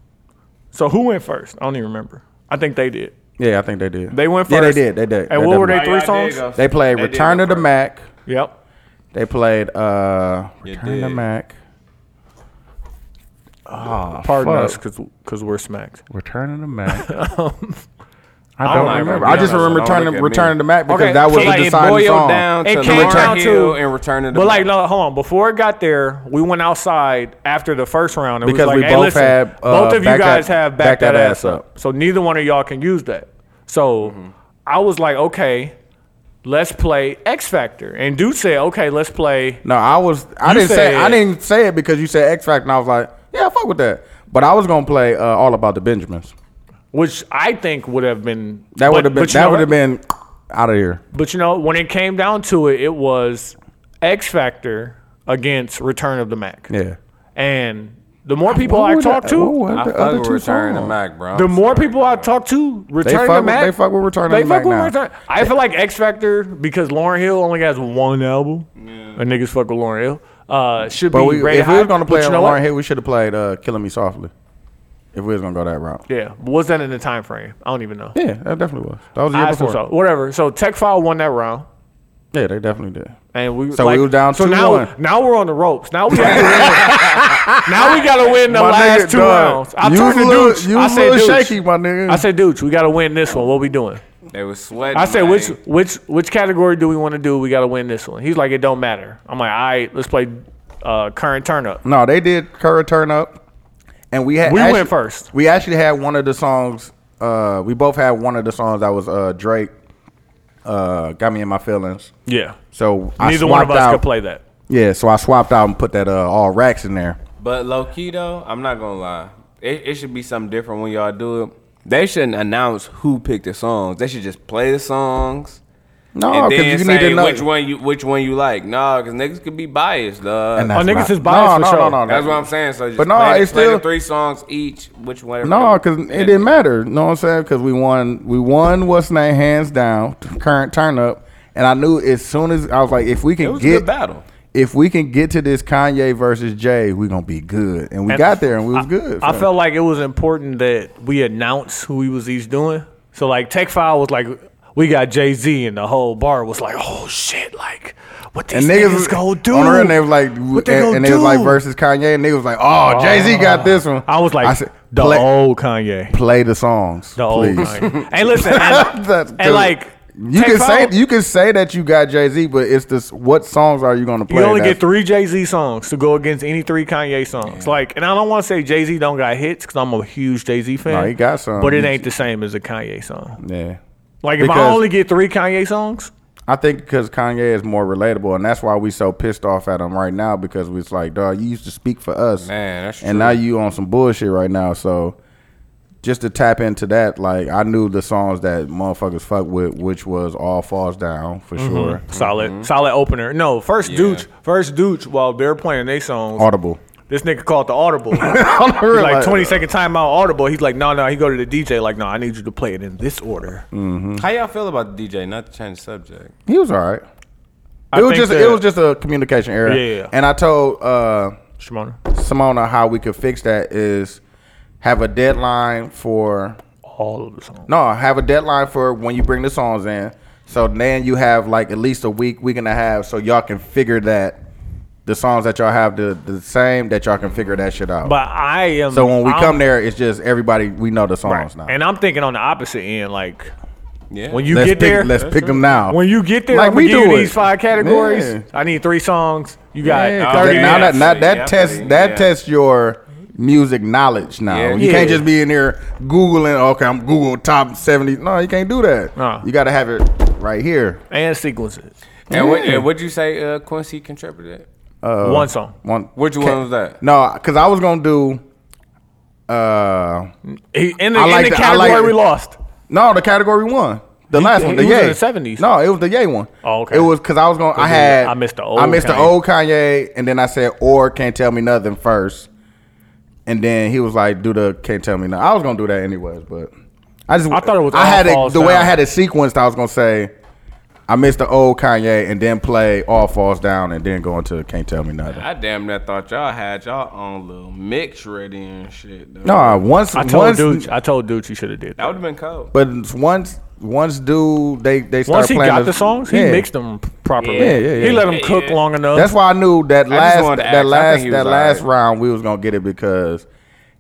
[SPEAKER 3] So who went first? I don't even remember. I think they did.
[SPEAKER 2] Yeah, I think they did.
[SPEAKER 3] They went
[SPEAKER 2] Yeah, they
[SPEAKER 3] first.
[SPEAKER 2] did. They did.
[SPEAKER 3] And what
[SPEAKER 2] definitely
[SPEAKER 3] were they
[SPEAKER 2] Oh, did.
[SPEAKER 3] three songs?
[SPEAKER 2] They played Return of the Mac.
[SPEAKER 3] Yep.
[SPEAKER 2] They played uh
[SPEAKER 1] You
[SPEAKER 2] Return of the
[SPEAKER 1] did.
[SPEAKER 2] Mac.
[SPEAKER 3] Pardon
[SPEAKER 2] fuck.
[SPEAKER 3] us, because because we're smacked.
[SPEAKER 2] Return of the [LAUGHS] Mac. I
[SPEAKER 1] I'm
[SPEAKER 2] don't
[SPEAKER 1] not
[SPEAKER 2] remember.
[SPEAKER 1] gonna
[SPEAKER 2] I
[SPEAKER 1] be honest,
[SPEAKER 2] just remember
[SPEAKER 1] I don't
[SPEAKER 2] Return
[SPEAKER 1] look
[SPEAKER 2] of
[SPEAKER 1] at
[SPEAKER 2] Return
[SPEAKER 1] me.
[SPEAKER 2] of the Mac because
[SPEAKER 3] Okay,
[SPEAKER 2] that was
[SPEAKER 3] so
[SPEAKER 2] the
[SPEAKER 3] like it
[SPEAKER 2] deciding
[SPEAKER 1] boiled
[SPEAKER 2] song.
[SPEAKER 1] down
[SPEAKER 3] It
[SPEAKER 1] to
[SPEAKER 3] came
[SPEAKER 1] Lauryn
[SPEAKER 3] down
[SPEAKER 1] Hill
[SPEAKER 3] to-
[SPEAKER 1] and Return of the
[SPEAKER 3] But like,
[SPEAKER 1] Mac.
[SPEAKER 3] no, hold on. Before it got there, we went outside after the first round. And
[SPEAKER 2] Because
[SPEAKER 3] was
[SPEAKER 2] we
[SPEAKER 3] like, hey,
[SPEAKER 2] both
[SPEAKER 3] listen,
[SPEAKER 2] had, uh,
[SPEAKER 3] both of you
[SPEAKER 2] back that-
[SPEAKER 3] guys have back, that, ass up.
[SPEAKER 2] up. Mm-hmm.
[SPEAKER 3] So neither one of y'all can use that. So I was like, okay, let's play X Factor. And dude said, okay, let's play.
[SPEAKER 2] No, I was. I
[SPEAKER 3] You
[SPEAKER 2] didn't say. I
[SPEAKER 3] said-
[SPEAKER 2] didn't say it because you said X Factor, and I was like, yeah, fuck with that. But I was gonna play uh, All About the Benjamins.
[SPEAKER 3] which I think would have been
[SPEAKER 2] That
[SPEAKER 3] but-
[SPEAKER 2] would have been.
[SPEAKER 3] but you
[SPEAKER 2] That
[SPEAKER 3] know
[SPEAKER 2] would have
[SPEAKER 3] what?
[SPEAKER 2] been out of here.
[SPEAKER 3] But you know, when it came down to it, it was X Factor against Return of the Mac.
[SPEAKER 2] Yeah.
[SPEAKER 3] And the more people I talk to,
[SPEAKER 1] I fuck with Return of the Mac, bro.
[SPEAKER 3] uh, the more people I talk to, Return
[SPEAKER 2] fuck
[SPEAKER 3] of the
[SPEAKER 2] with-
[SPEAKER 3] Mac.
[SPEAKER 2] they fuck with Return of
[SPEAKER 3] they
[SPEAKER 2] the Mac
[SPEAKER 3] fuck
[SPEAKER 2] now.
[SPEAKER 3] with Return. I feel like X Factor because Lauren Hill only has one album. And niggas fuck with Lauren Hill. Uh, should
[SPEAKER 2] But
[SPEAKER 3] be
[SPEAKER 2] we,
[SPEAKER 3] rated
[SPEAKER 2] if we
[SPEAKER 3] high,
[SPEAKER 2] was gonna
[SPEAKER 3] but
[SPEAKER 2] play
[SPEAKER 3] you
[SPEAKER 2] on
[SPEAKER 3] know
[SPEAKER 2] Lauren
[SPEAKER 3] what?
[SPEAKER 2] Hill, we should have played uh, "Killing Me Softly." If we was gonna go that route,
[SPEAKER 3] Yeah, was that in the time frame? I don't even know.
[SPEAKER 2] yeah, that definitely was. That was the year
[SPEAKER 3] I assume
[SPEAKER 2] before.
[SPEAKER 3] so. Whatever. So Tech File won that round.
[SPEAKER 2] Yeah, they definitely did.
[SPEAKER 3] And we
[SPEAKER 2] So we
[SPEAKER 3] like,
[SPEAKER 2] was down
[SPEAKER 3] So
[SPEAKER 2] 2-1.
[SPEAKER 3] now, now we're on the ropes. Now we have
[SPEAKER 2] [LAUGHS]
[SPEAKER 3] to win. now we gotta win the
[SPEAKER 2] My
[SPEAKER 3] last
[SPEAKER 2] nigga,
[SPEAKER 3] two
[SPEAKER 2] dog,
[SPEAKER 3] rounds. I
[SPEAKER 2] you
[SPEAKER 3] turned to
[SPEAKER 2] was a little-
[SPEAKER 3] Dooch.
[SPEAKER 2] you
[SPEAKER 3] I
[SPEAKER 2] was a
[SPEAKER 3] said,
[SPEAKER 2] little
[SPEAKER 3] Dooch.
[SPEAKER 2] shaky, my nigga.
[SPEAKER 3] I said, Dooch, we gotta win this one. What we doing?
[SPEAKER 1] they was sweating.
[SPEAKER 3] I said,
[SPEAKER 1] man.
[SPEAKER 3] which which which category do we want to do? We gotta win this one. He's like, it don't matter. I'm like, all right, let's play uh, current turn up.
[SPEAKER 2] No, they did Curry Turn Up. And we had
[SPEAKER 3] We went first.
[SPEAKER 2] We actually had one of the songs, uh, we both had one of the songs that was uh, Drake, uh, Got Me in My Feelings.
[SPEAKER 3] Yeah.
[SPEAKER 2] So I
[SPEAKER 3] Neither
[SPEAKER 2] swapped
[SPEAKER 3] one of us
[SPEAKER 2] out.
[SPEAKER 3] could play that.
[SPEAKER 2] Yeah, so I swapped out and put that uh, all racks in there.
[SPEAKER 1] But low key though, I'm not gonna lie. It, it should be something different when y'all do it. They shouldn't announce who picked the songs. They should just play the songs
[SPEAKER 2] No,
[SPEAKER 1] and
[SPEAKER 2] because
[SPEAKER 1] then
[SPEAKER 2] Oh, you
[SPEAKER 1] say
[SPEAKER 2] need to know.
[SPEAKER 1] which one you which one you like. Nah, because niggas could be biased, dog.
[SPEAKER 2] And
[SPEAKER 3] Oh,
[SPEAKER 2] that's
[SPEAKER 3] niggas
[SPEAKER 2] not-
[SPEAKER 3] is biased
[SPEAKER 2] no,
[SPEAKER 3] for
[SPEAKER 2] no,
[SPEAKER 3] sure.
[SPEAKER 2] no, no,
[SPEAKER 1] That's
[SPEAKER 2] no.
[SPEAKER 1] what I'm saying. So just
[SPEAKER 2] But no,
[SPEAKER 1] play,
[SPEAKER 2] it's
[SPEAKER 1] play
[SPEAKER 2] still-
[SPEAKER 1] the three songs each, which whatever.
[SPEAKER 2] No, because it didn't matter. You know what I'm saying? Because we won. We won. What's name? Hands down. Current turn up. And I knew as soon as I was like, if we
[SPEAKER 1] It
[SPEAKER 2] can
[SPEAKER 1] was a
[SPEAKER 2] get
[SPEAKER 1] good battle.
[SPEAKER 2] if we can get to this Kanye versus Jay, we gonna be good. And we
[SPEAKER 3] And
[SPEAKER 2] got there and we was
[SPEAKER 3] I-
[SPEAKER 2] good.
[SPEAKER 3] I
[SPEAKER 2] fam.
[SPEAKER 3] felt like it was important that we announce who we was each doing. So like Tech File was like, we got Jay Z, and the whole bar was like, oh shit, like what these
[SPEAKER 2] and
[SPEAKER 3] niggas,
[SPEAKER 2] niggas
[SPEAKER 3] gonna do?
[SPEAKER 2] on her, and they was like,
[SPEAKER 3] What
[SPEAKER 2] and,
[SPEAKER 3] they gonna
[SPEAKER 2] and they was like
[SPEAKER 3] do?
[SPEAKER 2] versus Kanye, and niggas was like, oh, Jay Z got this one.
[SPEAKER 3] I was like,
[SPEAKER 2] said,
[SPEAKER 3] the
[SPEAKER 2] play,
[SPEAKER 3] old Kanye,
[SPEAKER 2] play the songs,
[SPEAKER 3] the old
[SPEAKER 2] please.
[SPEAKER 3] Kanye.
[SPEAKER 2] [LAUGHS]
[SPEAKER 3] Hey, listen, and,
[SPEAKER 2] That-
[SPEAKER 3] and,
[SPEAKER 2] dude,
[SPEAKER 3] like
[SPEAKER 2] you
[SPEAKER 3] Tech
[SPEAKER 2] can say
[SPEAKER 3] File-
[SPEAKER 2] you can say that you got Jay Z, but it's this. What songs are you gonna play?
[SPEAKER 3] You only
[SPEAKER 2] That's-
[SPEAKER 3] get three Jay Z songs to go against any three Kanye songs. Like, and I don't want to say Jay Z don't got hits because I'm a huge Jay Z fan.
[SPEAKER 2] No, he got some.
[SPEAKER 3] but it
[SPEAKER 2] He-
[SPEAKER 3] ain't the same as a Kanye song.
[SPEAKER 2] Yeah,
[SPEAKER 3] Like, if I
[SPEAKER 2] Because-
[SPEAKER 3] only get three Kanye songs,
[SPEAKER 2] I think because Kanye is more relatable, and that's why we so pissed off at him right now because we was like, dog, you used to speak for us,
[SPEAKER 1] Man, that's
[SPEAKER 2] and
[SPEAKER 1] true.
[SPEAKER 2] now you on some bullshit right now. So just to tap into that, like I knew the songs that motherfuckers fuck with, which was "All Falls Down" for
[SPEAKER 3] Mm-hmm.
[SPEAKER 2] sure,
[SPEAKER 3] solid,
[SPEAKER 2] Mm-hmm.
[SPEAKER 3] solid opener. No, first Dooch, first Dooch, while they're playing their songs,
[SPEAKER 2] Audible.
[SPEAKER 3] this nigga called
[SPEAKER 2] [LAUGHS]
[SPEAKER 3] the audible.
[SPEAKER 2] On the real,
[SPEAKER 3] He's [LAUGHS] like twenty second time out audible. He's like, no, no. He go to the DJ like, no, I need you to play it in this order.
[SPEAKER 2] Mm.
[SPEAKER 1] How y'all feel about the DJ? Not to change the subject.
[SPEAKER 2] He was all right.
[SPEAKER 3] I
[SPEAKER 2] it was
[SPEAKER 3] think
[SPEAKER 2] just
[SPEAKER 3] that-
[SPEAKER 2] it was just a communication error.
[SPEAKER 3] Yeah, yeah.
[SPEAKER 2] And I told uh,
[SPEAKER 3] Shimona.
[SPEAKER 2] Simona how we could fix that is have a deadline for
[SPEAKER 3] all of the songs.
[SPEAKER 2] No, have a deadline for when you bring the songs in. So then you have like at least a week, week and a half, so y'all can figure that the songs that y'all have the the same that y'all can figure that shit out.
[SPEAKER 3] But I am.
[SPEAKER 2] so when we
[SPEAKER 3] I'm-
[SPEAKER 2] come there, it's just everybody we know the songs now.
[SPEAKER 3] and I'm thinking on the opposite end, like
[SPEAKER 1] Yeah.
[SPEAKER 3] when you
[SPEAKER 2] let's
[SPEAKER 3] get
[SPEAKER 2] pick,
[SPEAKER 3] there,
[SPEAKER 2] let's pick them now.
[SPEAKER 3] When you get there,
[SPEAKER 2] Like
[SPEAKER 3] I'm
[SPEAKER 2] we
[SPEAKER 3] gonna give
[SPEAKER 2] do
[SPEAKER 3] you
[SPEAKER 2] it.
[SPEAKER 3] these five categories.
[SPEAKER 2] Yeah.
[SPEAKER 3] I need three songs. You got
[SPEAKER 2] yeah, 'cause
[SPEAKER 3] 30
[SPEAKER 2] that, now that
[SPEAKER 3] minutes.
[SPEAKER 1] not-
[SPEAKER 2] now that
[SPEAKER 1] Yeah,
[SPEAKER 2] tests
[SPEAKER 1] pretty,
[SPEAKER 2] that
[SPEAKER 1] yeah.
[SPEAKER 2] tests your music knowledge now.
[SPEAKER 1] Yeah.
[SPEAKER 2] You can't
[SPEAKER 3] Yeah.
[SPEAKER 2] just be in there googling. Okay, I'm googling top seventy. No, you can't do that.
[SPEAKER 3] Nah.
[SPEAKER 2] You got to have it right here.
[SPEAKER 3] and sequences.
[SPEAKER 1] and what and would you say uh, Quincy contributed?
[SPEAKER 2] uh,
[SPEAKER 3] One song.
[SPEAKER 2] One,
[SPEAKER 1] Which
[SPEAKER 2] Ca-
[SPEAKER 1] one was that?
[SPEAKER 2] No, because I was gonna do. Uh,
[SPEAKER 3] He, in the,
[SPEAKER 2] I
[SPEAKER 3] in
[SPEAKER 2] like
[SPEAKER 3] the
[SPEAKER 2] that- I like
[SPEAKER 3] category
[SPEAKER 2] it.
[SPEAKER 3] we lost.
[SPEAKER 2] no, the category one, the
[SPEAKER 3] He-
[SPEAKER 2] last
[SPEAKER 3] he
[SPEAKER 2] one, the
[SPEAKER 3] was in
[SPEAKER 2] yay.
[SPEAKER 3] the 70s.
[SPEAKER 2] No, it was the yay one.
[SPEAKER 3] Oh, okay.
[SPEAKER 2] It was because I was gonna. I
[SPEAKER 3] he-
[SPEAKER 2] had.
[SPEAKER 3] I missed the old
[SPEAKER 2] I missed the
[SPEAKER 3] Kanye.
[SPEAKER 2] old Kanye, and then I said, "Or can't tell me nothing first. and then he was like, "Do the can't tell me nothing." I was gonna do that anyways, but I just
[SPEAKER 3] I thought it was
[SPEAKER 2] I
[SPEAKER 3] All
[SPEAKER 2] had it
[SPEAKER 3] Falls
[SPEAKER 2] the way
[SPEAKER 3] Down.
[SPEAKER 2] I had it sequenced. I was gonna say. I missed the old Kanye and then play All Falls Down and then go into Can't Tell Me Nothing.
[SPEAKER 1] I damn near thought y'all had y'all own little mix ready and shit. Though.
[SPEAKER 2] No, once
[SPEAKER 3] I told
[SPEAKER 2] once
[SPEAKER 3] Dooch. I told Dooch you should have did.
[SPEAKER 1] that
[SPEAKER 3] That.
[SPEAKER 1] would have been cold.
[SPEAKER 2] But it's once once dude they they start
[SPEAKER 3] Once he
[SPEAKER 2] playing
[SPEAKER 3] got the songs, he
[SPEAKER 2] yeah.
[SPEAKER 3] mixed them properly.
[SPEAKER 2] Yeah, yeah, yeah.
[SPEAKER 3] He let them
[SPEAKER 1] Yeah,
[SPEAKER 3] cook
[SPEAKER 1] yeah.
[SPEAKER 3] long enough.
[SPEAKER 2] That's why I knew that last
[SPEAKER 1] wanted to
[SPEAKER 2] that
[SPEAKER 1] ask. I think
[SPEAKER 2] last
[SPEAKER 1] he
[SPEAKER 2] that
[SPEAKER 1] was
[SPEAKER 2] last
[SPEAKER 1] alright.
[SPEAKER 2] round we was gonna get it because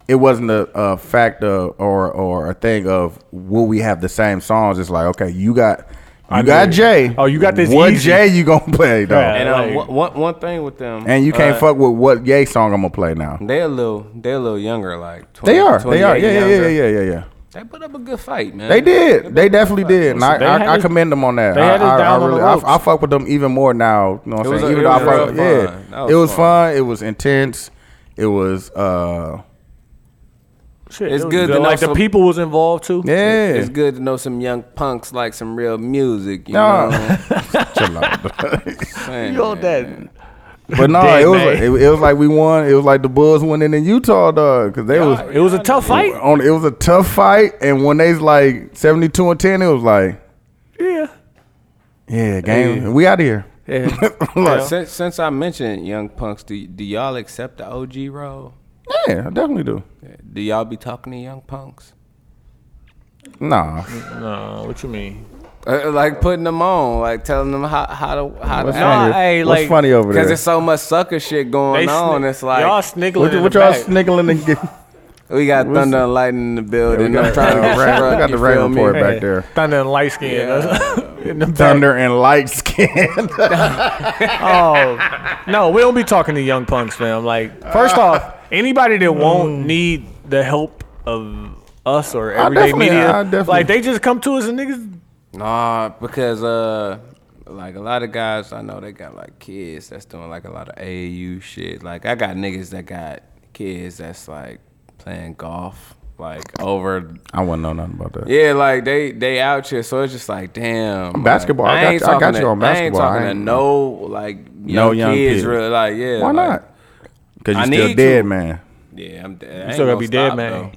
[SPEAKER 2] it wasn't a, a fact of, or or a thing of will we have the same songs. It's like okay, you got you
[SPEAKER 3] knew
[SPEAKER 2] got
[SPEAKER 3] it.
[SPEAKER 2] Jay.
[SPEAKER 3] Oh, you got this
[SPEAKER 2] What
[SPEAKER 3] easy.
[SPEAKER 2] Jay you gonna [LAUGHS] play though?
[SPEAKER 3] Yeah.
[SPEAKER 1] And um,
[SPEAKER 3] Like-
[SPEAKER 1] one- one, one thing with them,
[SPEAKER 2] And you can't
[SPEAKER 1] uh,
[SPEAKER 2] fuck with what Ye song I'm gonna play now.
[SPEAKER 1] They a little, they a little younger, like 20,
[SPEAKER 2] They are, they are,
[SPEAKER 1] 28
[SPEAKER 2] yeah, yeah, yeah,
[SPEAKER 1] younger.
[SPEAKER 2] yeah, yeah, yeah.
[SPEAKER 1] They put up a good fight, man.
[SPEAKER 2] They did. They
[SPEAKER 1] put up a
[SPEAKER 2] definitely
[SPEAKER 1] good fight.
[SPEAKER 2] did. And I,
[SPEAKER 3] They had
[SPEAKER 2] I, I
[SPEAKER 3] us-
[SPEAKER 2] commend them on that.
[SPEAKER 3] they had
[SPEAKER 2] I,
[SPEAKER 3] us
[SPEAKER 2] I,
[SPEAKER 3] down
[SPEAKER 2] I
[SPEAKER 3] on
[SPEAKER 2] really,
[SPEAKER 3] the ropes.
[SPEAKER 2] I, I fuck with them even more now. You know what I'm
[SPEAKER 1] It was
[SPEAKER 2] saying?
[SPEAKER 1] a-
[SPEAKER 2] even
[SPEAKER 1] it
[SPEAKER 2] though
[SPEAKER 1] was
[SPEAKER 2] I fuck,
[SPEAKER 1] real
[SPEAKER 2] yeah,
[SPEAKER 1] fun. That was
[SPEAKER 2] it was
[SPEAKER 1] fun.
[SPEAKER 2] fun. It was intense. It was, uh,
[SPEAKER 3] Shit,
[SPEAKER 1] It's
[SPEAKER 3] it was
[SPEAKER 1] good to know
[SPEAKER 3] Like the
[SPEAKER 1] some-
[SPEAKER 3] people was involved too.
[SPEAKER 2] yeah.
[SPEAKER 1] It's good to know some young punks like some real music. You
[SPEAKER 2] Nah.
[SPEAKER 1] know
[SPEAKER 2] [LAUGHS]
[SPEAKER 1] what [LAUGHS]
[SPEAKER 2] Chill out.
[SPEAKER 1] I'm saying?
[SPEAKER 3] You know that.
[SPEAKER 2] but no,
[SPEAKER 3] Dead
[SPEAKER 2] it was
[SPEAKER 3] man.
[SPEAKER 2] like, it, it was like we won. It was like the Bulls winning in Utah, dog, because they
[SPEAKER 3] It was a tough fight.
[SPEAKER 2] was on. It was a tough fight, and when they's like seventy two and ten, it was like,
[SPEAKER 3] Yeah.
[SPEAKER 2] yeah, game, we out of here. [LAUGHS]
[SPEAKER 3] Yeah.
[SPEAKER 2] Like,
[SPEAKER 1] Since, since I mentioned young punks, do, do y'all accept the OG role?
[SPEAKER 2] yeah, I definitely do.
[SPEAKER 1] Do y'all be talking to young punks?
[SPEAKER 2] Nah,
[SPEAKER 3] no, what you mean?
[SPEAKER 1] Uh, like putting them on, like telling them how how to how
[SPEAKER 2] what's
[SPEAKER 1] to
[SPEAKER 2] funny?
[SPEAKER 1] act.
[SPEAKER 3] hey,
[SPEAKER 2] what's
[SPEAKER 3] like-
[SPEAKER 2] funny over there?
[SPEAKER 1] Because there's so much sucker shit going
[SPEAKER 3] They
[SPEAKER 1] on.
[SPEAKER 3] sni-
[SPEAKER 1] it's like
[SPEAKER 3] y'all sniggling.
[SPEAKER 2] What,
[SPEAKER 3] in
[SPEAKER 2] what
[SPEAKER 3] the
[SPEAKER 2] y'all
[SPEAKER 3] back.
[SPEAKER 2] sniggling and get?
[SPEAKER 1] [LAUGHS] we got
[SPEAKER 2] what's-
[SPEAKER 1] thunder and lightning in the
[SPEAKER 2] we
[SPEAKER 1] building.
[SPEAKER 2] got,
[SPEAKER 1] I'm trying to
[SPEAKER 2] uh,
[SPEAKER 1] get
[SPEAKER 2] Ray- we
[SPEAKER 1] struck,
[SPEAKER 2] got the
[SPEAKER 1] you
[SPEAKER 2] Ray
[SPEAKER 1] feel me?
[SPEAKER 2] report
[SPEAKER 1] [LAUGHS]
[SPEAKER 2] back there.
[SPEAKER 3] Thunder and light skin. [LAUGHS] in the back.
[SPEAKER 2] Thunder and light skin. [LAUGHS]
[SPEAKER 3] Oh no, we don't be talking to young punks, fam. Like,
[SPEAKER 2] Uh,
[SPEAKER 3] first off, anybody
[SPEAKER 2] mm.
[SPEAKER 3] that won't need the help of us or everyday
[SPEAKER 2] definitely-
[SPEAKER 3] media,
[SPEAKER 2] I definitely-
[SPEAKER 3] like they just come to us and niggas.
[SPEAKER 1] Nah, because uh, like a lot of guys I know they got like kids that's doing like a lot of AAU shit. Like I got niggas that got kids that's like playing golf, like over.
[SPEAKER 2] I wouldn't know nothing about that.
[SPEAKER 1] Yeah, like they they out here, so it's just like damn. like,
[SPEAKER 2] Basketball, I got
[SPEAKER 1] ain't
[SPEAKER 2] you- I got
[SPEAKER 1] talking
[SPEAKER 2] you on basketball.
[SPEAKER 1] I ain't
[SPEAKER 2] I
[SPEAKER 1] talking
[SPEAKER 2] ain't-
[SPEAKER 1] to no like young
[SPEAKER 2] No young
[SPEAKER 1] kids,
[SPEAKER 2] kids.
[SPEAKER 1] really. Like yeah,
[SPEAKER 2] Why
[SPEAKER 1] like,
[SPEAKER 2] not? Because
[SPEAKER 1] I
[SPEAKER 2] you're still
[SPEAKER 1] need
[SPEAKER 2] dead,
[SPEAKER 1] to.
[SPEAKER 2] man.
[SPEAKER 1] Yeah, I'm dead. I ain't
[SPEAKER 3] still gotta
[SPEAKER 1] gonna
[SPEAKER 3] be dead,
[SPEAKER 1] stop,
[SPEAKER 3] man.
[SPEAKER 1] though.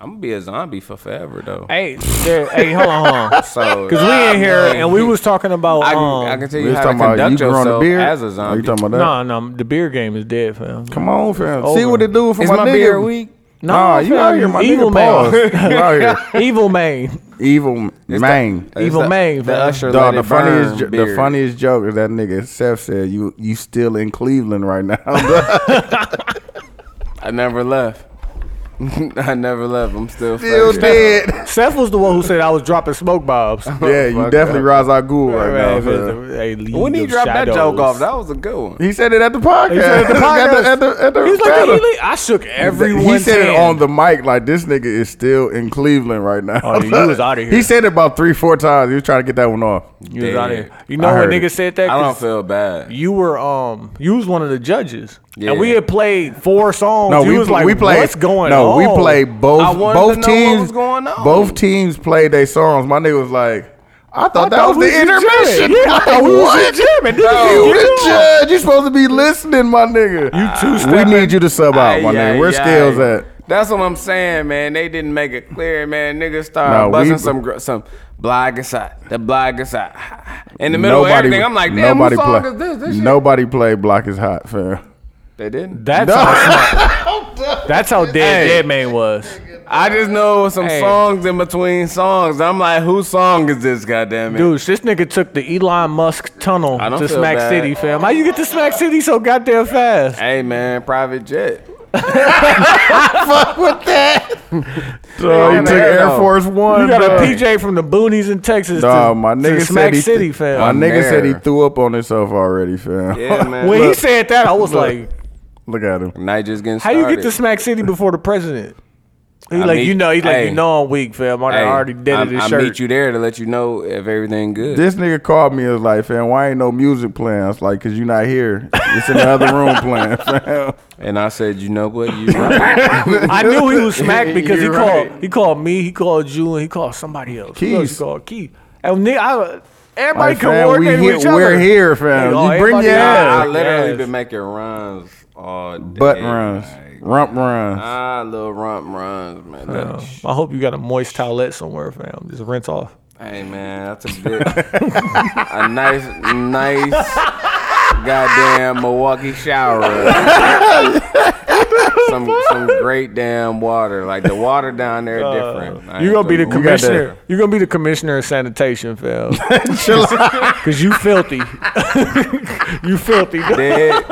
[SPEAKER 1] I'm gonna be a zombie for forever though.
[SPEAKER 3] Hey, there, hey, hold
[SPEAKER 2] [LAUGHS]
[SPEAKER 3] on, hold on.
[SPEAKER 1] So
[SPEAKER 3] [LAUGHS] Cause we in here and we was talking about.
[SPEAKER 1] I,
[SPEAKER 3] um,
[SPEAKER 1] can- I can tell
[SPEAKER 2] We
[SPEAKER 1] you
[SPEAKER 2] was
[SPEAKER 1] how to
[SPEAKER 2] talking about you
[SPEAKER 1] conduct
[SPEAKER 2] growing a
[SPEAKER 1] yourself
[SPEAKER 2] beard.
[SPEAKER 1] as a
[SPEAKER 2] Are you
[SPEAKER 1] zombie.
[SPEAKER 2] talking about that?
[SPEAKER 3] No, no, the beer game is dead, fam.
[SPEAKER 2] Come on, fam.
[SPEAKER 3] It's
[SPEAKER 2] See what it do for
[SPEAKER 1] Is
[SPEAKER 2] my,
[SPEAKER 1] my
[SPEAKER 2] nigga.
[SPEAKER 1] beard weak?
[SPEAKER 3] No,
[SPEAKER 2] Nah, you
[SPEAKER 3] fam,
[SPEAKER 2] out here, my
[SPEAKER 3] evil
[SPEAKER 2] nigga.
[SPEAKER 3] man.
[SPEAKER 2] Pause.
[SPEAKER 3] [LAUGHS]
[SPEAKER 2] you out here,
[SPEAKER 3] Evil man.
[SPEAKER 2] evil man.
[SPEAKER 1] It's
[SPEAKER 3] Evil
[SPEAKER 1] the-
[SPEAKER 3] man,
[SPEAKER 1] the
[SPEAKER 3] fam.
[SPEAKER 1] Usher
[SPEAKER 2] Dog,
[SPEAKER 1] let
[SPEAKER 2] the
[SPEAKER 1] it burn
[SPEAKER 2] funniest, jo- the
[SPEAKER 1] beard.
[SPEAKER 2] funniest joke is that nigga Seth said, "You, you still in Cleveland right
[SPEAKER 3] [LAUGHS]
[SPEAKER 2] now."
[SPEAKER 1] I never left. [LAUGHS] I never left. I'm still
[SPEAKER 2] still
[SPEAKER 1] fucking-
[SPEAKER 2] dead.
[SPEAKER 3] Seth was the one who said I was dropping smoke
[SPEAKER 1] [LAUGHS]
[SPEAKER 3] bobs.
[SPEAKER 2] yeah, you
[SPEAKER 1] Fuck
[SPEAKER 2] definitely Raz Al Ghul right now.
[SPEAKER 3] Hey,
[SPEAKER 2] fam.
[SPEAKER 3] man, hey, leave
[SPEAKER 1] When he
[SPEAKER 3] them
[SPEAKER 1] dropped that joke
[SPEAKER 3] shadows.
[SPEAKER 1] off, that was a good one.
[SPEAKER 2] He said it at the podcast. [LAUGHS] He
[SPEAKER 3] said it at the podcast.
[SPEAKER 2] at the, at the
[SPEAKER 3] He's like,
[SPEAKER 2] battle.
[SPEAKER 3] "Hey, Lee," I shook everyone.
[SPEAKER 2] He said it on the mic like this nigga is still in Cleveland right now.
[SPEAKER 3] Oh, you
[SPEAKER 2] [LAUGHS]
[SPEAKER 3] was outta here.
[SPEAKER 2] He said it about three, four times. He was trying to get that one off.
[SPEAKER 3] You, was out
[SPEAKER 1] Dead.
[SPEAKER 3] here. you
[SPEAKER 2] I
[SPEAKER 3] know what
[SPEAKER 2] heard
[SPEAKER 3] nigga
[SPEAKER 2] it.
[SPEAKER 3] said that?
[SPEAKER 1] I don't
[SPEAKER 3] 'Cause
[SPEAKER 1] feel bad.
[SPEAKER 3] You were um, you was one of the judges,
[SPEAKER 1] Yeah.
[SPEAKER 3] and we had played four songs.
[SPEAKER 2] No,
[SPEAKER 3] you
[SPEAKER 2] we,
[SPEAKER 3] was like,
[SPEAKER 2] we played.
[SPEAKER 3] What's going
[SPEAKER 2] no,
[SPEAKER 3] on?
[SPEAKER 2] we played both.
[SPEAKER 1] I wanted
[SPEAKER 2] both
[SPEAKER 1] to know what
[SPEAKER 2] teams
[SPEAKER 1] was going on.
[SPEAKER 2] Both teams played their songs. My nigga was like, I thought that
[SPEAKER 3] thought
[SPEAKER 2] was
[SPEAKER 3] we
[SPEAKER 2] the
[SPEAKER 3] was jamming.
[SPEAKER 2] intermission.
[SPEAKER 3] Yeah, I thought we
[SPEAKER 2] [LAUGHS]
[SPEAKER 3] was jamming. This is
[SPEAKER 2] you
[SPEAKER 3] good.
[SPEAKER 2] the judge. You supposed to be listening, my nigga.
[SPEAKER 3] You
[SPEAKER 2] we
[SPEAKER 3] two-stepping.
[SPEAKER 2] need you to sub out, my
[SPEAKER 1] Ay,
[SPEAKER 2] nigga.
[SPEAKER 1] ay,
[SPEAKER 2] Where
[SPEAKER 1] ay.
[SPEAKER 2] scales at?
[SPEAKER 1] That's what I'm saying, man. They didn't make it clear, man. Niggas started
[SPEAKER 2] No,
[SPEAKER 1] busting
[SPEAKER 2] we-
[SPEAKER 1] some gr- some blog aside, the blog aside, in the middle of everything. I'm like, damn, what
[SPEAKER 2] nobody
[SPEAKER 1] song
[SPEAKER 2] play-
[SPEAKER 1] is this? This shit.
[SPEAKER 2] Nobody played Block is Hot, fam.
[SPEAKER 1] They didn't.
[SPEAKER 3] That's how
[SPEAKER 2] [LAUGHS]
[SPEAKER 3] smart. That's how dead Dead Man was.
[SPEAKER 1] I just know some
[SPEAKER 3] Hey.
[SPEAKER 1] songs in between songs. I'm like, whose song is this? Goddamn it!
[SPEAKER 3] Dude, this nigga took the Elon Musk tunnel
[SPEAKER 1] I don't
[SPEAKER 3] to
[SPEAKER 1] feel
[SPEAKER 3] Smack
[SPEAKER 1] bad.
[SPEAKER 3] City, fam. How you get to Smack City so goddamn fast?
[SPEAKER 1] Hey, man, private jet.
[SPEAKER 2] So he
[SPEAKER 1] on
[SPEAKER 2] took
[SPEAKER 1] the air,
[SPEAKER 2] Air
[SPEAKER 1] though.
[SPEAKER 2] Force One.
[SPEAKER 3] Oh, You got
[SPEAKER 2] dog.
[SPEAKER 3] a PJ from the boonies in Texas
[SPEAKER 2] Dog,
[SPEAKER 3] to,
[SPEAKER 2] my nigga
[SPEAKER 3] to Smack
[SPEAKER 2] said he
[SPEAKER 3] City,
[SPEAKER 2] th-
[SPEAKER 3] fam.
[SPEAKER 2] My nigga said he
[SPEAKER 1] there.
[SPEAKER 2] threw up on himself already, fam.
[SPEAKER 1] Yeah, man.
[SPEAKER 3] when he
[SPEAKER 1] Look,
[SPEAKER 3] said that, I was like,
[SPEAKER 2] [LAUGHS] Look at him.
[SPEAKER 1] night just getting
[SPEAKER 3] "How
[SPEAKER 1] started.
[SPEAKER 3] you get to Smack City before the president?" He
[SPEAKER 1] I
[SPEAKER 3] like,
[SPEAKER 1] meet-
[SPEAKER 3] you know, he like,
[SPEAKER 1] hey.
[SPEAKER 3] you know, I'm weak, fam. I
[SPEAKER 1] Hey,
[SPEAKER 3] already deaded
[SPEAKER 1] I'm-
[SPEAKER 3] his
[SPEAKER 1] I
[SPEAKER 3] shirt.
[SPEAKER 1] meet you there to let you know if everything good.
[SPEAKER 2] This nigga called me and was like, fam, why ain't no music playing? I was like, cause you not here. It's in the other
[SPEAKER 3] [LAUGHS]
[SPEAKER 2] room playing, fam.
[SPEAKER 1] and I said, you know what? You right.
[SPEAKER 3] I knew he was smacked because he
[SPEAKER 2] You're
[SPEAKER 3] called
[SPEAKER 2] right.
[SPEAKER 3] he called me, he called you, and he called somebody else. Who else
[SPEAKER 2] Keith.
[SPEAKER 3] He called Keith. And nigga, I, everybody
[SPEAKER 2] Like, fam, we
[SPEAKER 3] coordinated
[SPEAKER 2] here,
[SPEAKER 3] with each other.
[SPEAKER 2] we're here, fam.
[SPEAKER 3] Like, oh,
[SPEAKER 2] you bring
[SPEAKER 3] everybody
[SPEAKER 2] your
[SPEAKER 1] I,
[SPEAKER 3] out.
[SPEAKER 2] ass.
[SPEAKER 1] I literally
[SPEAKER 3] Yes.
[SPEAKER 1] been making runs all day.
[SPEAKER 2] Butt runs,
[SPEAKER 1] like,
[SPEAKER 2] rump runs.
[SPEAKER 1] Ah, little rump runs, man. Look,
[SPEAKER 3] Uh, I hope you got a moist towelette somewhere, fam. Just rinse off.
[SPEAKER 1] Hey, man, that's a good, a nice, nice, goddamn Milwaukee shower. some some great damn water. Like the water down there
[SPEAKER 2] Uh,
[SPEAKER 1] different. I
[SPEAKER 3] You're
[SPEAKER 1] ain't
[SPEAKER 3] gonna be the
[SPEAKER 1] gonna lie.
[SPEAKER 2] got that.
[SPEAKER 3] commissioner. You're gonna be the commissioner of sanitation, fam. Cause you filthy. [LAUGHS] you filthy.
[SPEAKER 1] Dead,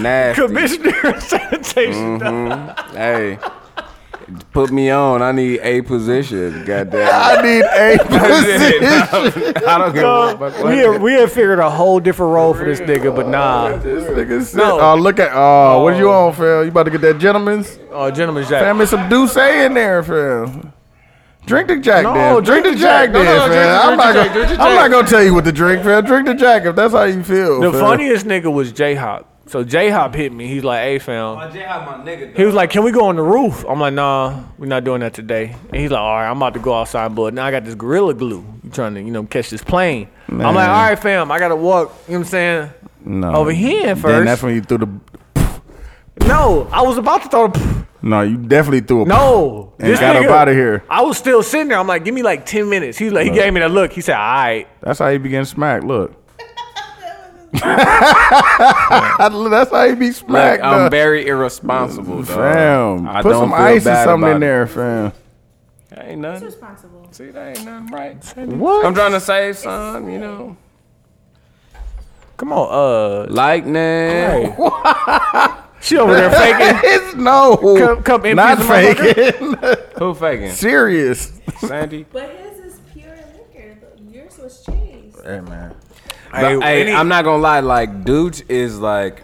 [SPEAKER 1] nasty.
[SPEAKER 3] commissioner of sanitation.
[SPEAKER 1] Hey, put me on. I need a position. Goddamn.
[SPEAKER 2] [LAUGHS] I need
[SPEAKER 3] [LAUGHS]
[SPEAKER 2] a position.
[SPEAKER 1] I don't give a fuck.
[SPEAKER 3] We had, we had figured a whole different role for this nigga, but nah.
[SPEAKER 2] This nigga said,
[SPEAKER 3] No.
[SPEAKER 2] oh, look at, oh, what you on, fam? You about to get that gentleman's?
[SPEAKER 3] Oh, gentleman Jack.
[SPEAKER 2] Fam, it's some Douce in there, fam. Drink the Jack,
[SPEAKER 3] No,
[SPEAKER 2] then. Drink,
[SPEAKER 3] drink
[SPEAKER 2] the
[SPEAKER 3] the
[SPEAKER 2] Jack,
[SPEAKER 3] Jack. No,
[SPEAKER 2] then,
[SPEAKER 3] no, drink
[SPEAKER 2] fam.
[SPEAKER 3] the-
[SPEAKER 2] I'm,
[SPEAKER 3] drink the
[SPEAKER 2] not
[SPEAKER 3] Jack,
[SPEAKER 2] gonna,
[SPEAKER 3] drink the
[SPEAKER 2] I'm not
[SPEAKER 3] Jack.
[SPEAKER 2] gonna tell you what to drink, fam. Drink the Jack if that's how you feel.
[SPEAKER 3] The
[SPEAKER 2] fam.
[SPEAKER 3] funniest nigga was J Hop. So J Hop hit me. He's like, "Hey, fam." He
[SPEAKER 1] nigga.
[SPEAKER 3] was like, "Can we go on the roof?" I'm like, "Nah, we're not doing that today." And he's like, "All right, I'm about to go outside, but now I got this gorilla glue. You trying to, you know, catch this plane?" I'm like,
[SPEAKER 2] Man.
[SPEAKER 3] "All right, fam. I gotta walk." You know what I'm saying?
[SPEAKER 2] No.
[SPEAKER 3] Over here first.
[SPEAKER 2] Then that's when you threw the.
[SPEAKER 3] No, I was about to throw. The,
[SPEAKER 2] No, you definitely threw a.
[SPEAKER 3] no,
[SPEAKER 2] And got up outta here.
[SPEAKER 3] I was still sitting there. I'm like, "Give me like ten minutes." He like, he gave me that look. He said, "All right."
[SPEAKER 2] That's how he began smack. Look. [LAUGHS] that's how he be
[SPEAKER 1] Like,
[SPEAKER 2] smack. dog.
[SPEAKER 1] I'm very irresponsible, dog.
[SPEAKER 2] fam.
[SPEAKER 1] I
[SPEAKER 2] Put
[SPEAKER 1] don't
[SPEAKER 2] some
[SPEAKER 1] feel
[SPEAKER 2] ice or
[SPEAKER 1] bad
[SPEAKER 2] something
[SPEAKER 1] about
[SPEAKER 2] in
[SPEAKER 1] it. [LAUGHS]
[SPEAKER 2] there, fam.
[SPEAKER 1] That ain't [LAUGHS] nothing.
[SPEAKER 5] responsible.
[SPEAKER 1] See, that ain't nothing right.
[SPEAKER 2] What?
[SPEAKER 1] I'm trying to save some, you know.
[SPEAKER 3] Come on, uh,
[SPEAKER 1] Lightning.
[SPEAKER 3] she over there faking.
[SPEAKER 2] it's no.
[SPEAKER 3] Come- come empty
[SPEAKER 2] not
[SPEAKER 3] the
[SPEAKER 2] [LAUGHS] faking.
[SPEAKER 1] Who faking?
[SPEAKER 2] Serious.
[SPEAKER 1] [LAUGHS] Sandy.
[SPEAKER 5] But his is pure liquor. Yours was cheese.
[SPEAKER 2] Hey man.
[SPEAKER 1] But, hey,
[SPEAKER 3] any-
[SPEAKER 1] I'm not gonna lie. Like, dude is like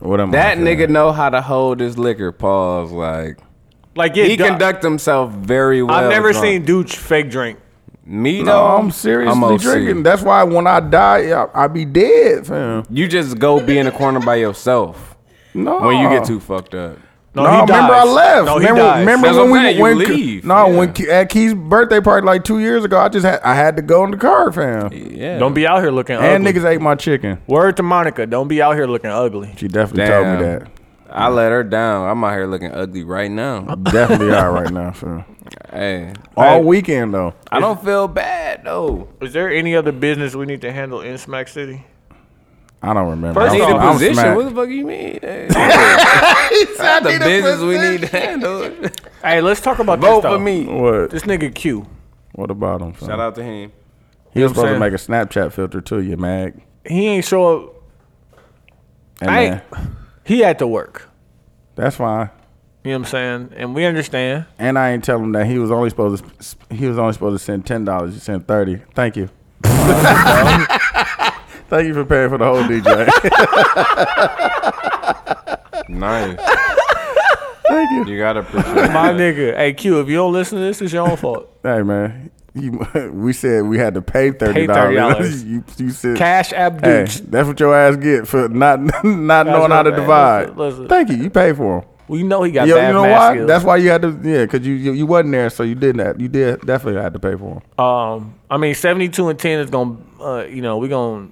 [SPEAKER 2] What am
[SPEAKER 1] that
[SPEAKER 2] I?
[SPEAKER 1] nigga know how to hold his liquor. Pause. Like,
[SPEAKER 3] [LAUGHS] like, yeah,
[SPEAKER 1] he
[SPEAKER 3] duh.
[SPEAKER 1] conduct himself very well.
[SPEAKER 3] I've never
[SPEAKER 1] drunk.
[SPEAKER 3] seen Dooch fake drink.
[SPEAKER 1] me
[SPEAKER 2] No,
[SPEAKER 1] though.
[SPEAKER 2] I'm seriously
[SPEAKER 1] OC.
[SPEAKER 2] drinking. That's why when I die, I, I be dead, fam.
[SPEAKER 1] You just go be in the corner by yourself
[SPEAKER 2] No.
[SPEAKER 1] when you get too fucked up.
[SPEAKER 2] No, remember I left.
[SPEAKER 3] No, he
[SPEAKER 2] remember,
[SPEAKER 3] dies.
[SPEAKER 2] remember
[SPEAKER 1] That's
[SPEAKER 2] when
[SPEAKER 1] what I'm
[SPEAKER 2] we
[SPEAKER 1] saying, you
[SPEAKER 2] when
[SPEAKER 1] leave.
[SPEAKER 2] No,
[SPEAKER 1] Yeah.
[SPEAKER 2] when Ke- at Key's birthday party like two years ago, I just had I had to go in the car, fam.
[SPEAKER 1] Yeah.
[SPEAKER 3] Don't be out here looking
[SPEAKER 2] And
[SPEAKER 3] ugly.
[SPEAKER 2] niggas ate my chicken.
[SPEAKER 3] Word to Monica, don't be out here looking ugly.
[SPEAKER 2] She definitely
[SPEAKER 1] Damn.
[SPEAKER 2] told me that.
[SPEAKER 1] I let her down. I'm out here looking ugly right now.
[SPEAKER 2] Definitely are right now. So
[SPEAKER 1] hey,
[SPEAKER 2] [LAUGHS] all weekend though.
[SPEAKER 1] I don't feel bad though.
[SPEAKER 3] Is there any other business we need to handle in Smack City?
[SPEAKER 2] I don't remember.
[SPEAKER 3] First
[SPEAKER 2] I'm,
[SPEAKER 1] Need
[SPEAKER 3] off,
[SPEAKER 1] a
[SPEAKER 2] I'm
[SPEAKER 1] position?
[SPEAKER 2] smacked.
[SPEAKER 1] What the fuck you mean? [LAUGHS] Hey, that's the business we need to handle.
[SPEAKER 3] Hey, let's talk about this.
[SPEAKER 1] Vote
[SPEAKER 3] though.
[SPEAKER 1] for me.
[SPEAKER 2] What?
[SPEAKER 3] This nigga Q.
[SPEAKER 2] What about him? son?
[SPEAKER 1] Shout out to him.
[SPEAKER 2] He was supposed
[SPEAKER 3] saying?
[SPEAKER 2] to make a Snapchat filter too. You mag.
[SPEAKER 3] He ain't show up.
[SPEAKER 2] And
[SPEAKER 3] I
[SPEAKER 2] then-
[SPEAKER 3] he had to work.
[SPEAKER 2] that's fine.
[SPEAKER 3] You know what I'm saying? And we understand.
[SPEAKER 2] And I ain't tell him that he was only supposed to. sp- He was only supposed to send ten dollars. You sent thirty. Thank you. [LAUGHS] Thank you for paying for the whole DJ.
[SPEAKER 1] Nice. Thank you. You gotta appreciate
[SPEAKER 3] My
[SPEAKER 1] that.
[SPEAKER 3] nigga. Hey Q, if you don't listen to this, it's your
[SPEAKER 2] [LAUGHS]
[SPEAKER 3] own fault.
[SPEAKER 2] [LAUGHS] hey man, you, [LAUGHS] we said we had to pay thirty
[SPEAKER 3] $30.
[SPEAKER 2] dollars. [LAUGHS] you, you said
[SPEAKER 3] Cash app
[SPEAKER 2] Hey,
[SPEAKER 3] dudes.
[SPEAKER 2] that's what your ass get for not [LAUGHS] not knowing how
[SPEAKER 3] what-
[SPEAKER 2] to
[SPEAKER 3] hey,
[SPEAKER 2] divide.
[SPEAKER 3] listen, listen.
[SPEAKER 2] Thank you. You paid for him.
[SPEAKER 3] We know he got
[SPEAKER 2] Yo,
[SPEAKER 3] bad
[SPEAKER 2] you know
[SPEAKER 3] math
[SPEAKER 2] why?
[SPEAKER 3] skills.
[SPEAKER 2] That's why you had to. Yeah, because you, you you wasn't there, so you didn't. Have, you did definitely had to pay for him.
[SPEAKER 3] Um, I mean, seventy-two and ten is gonna, uh, you know, we're gonna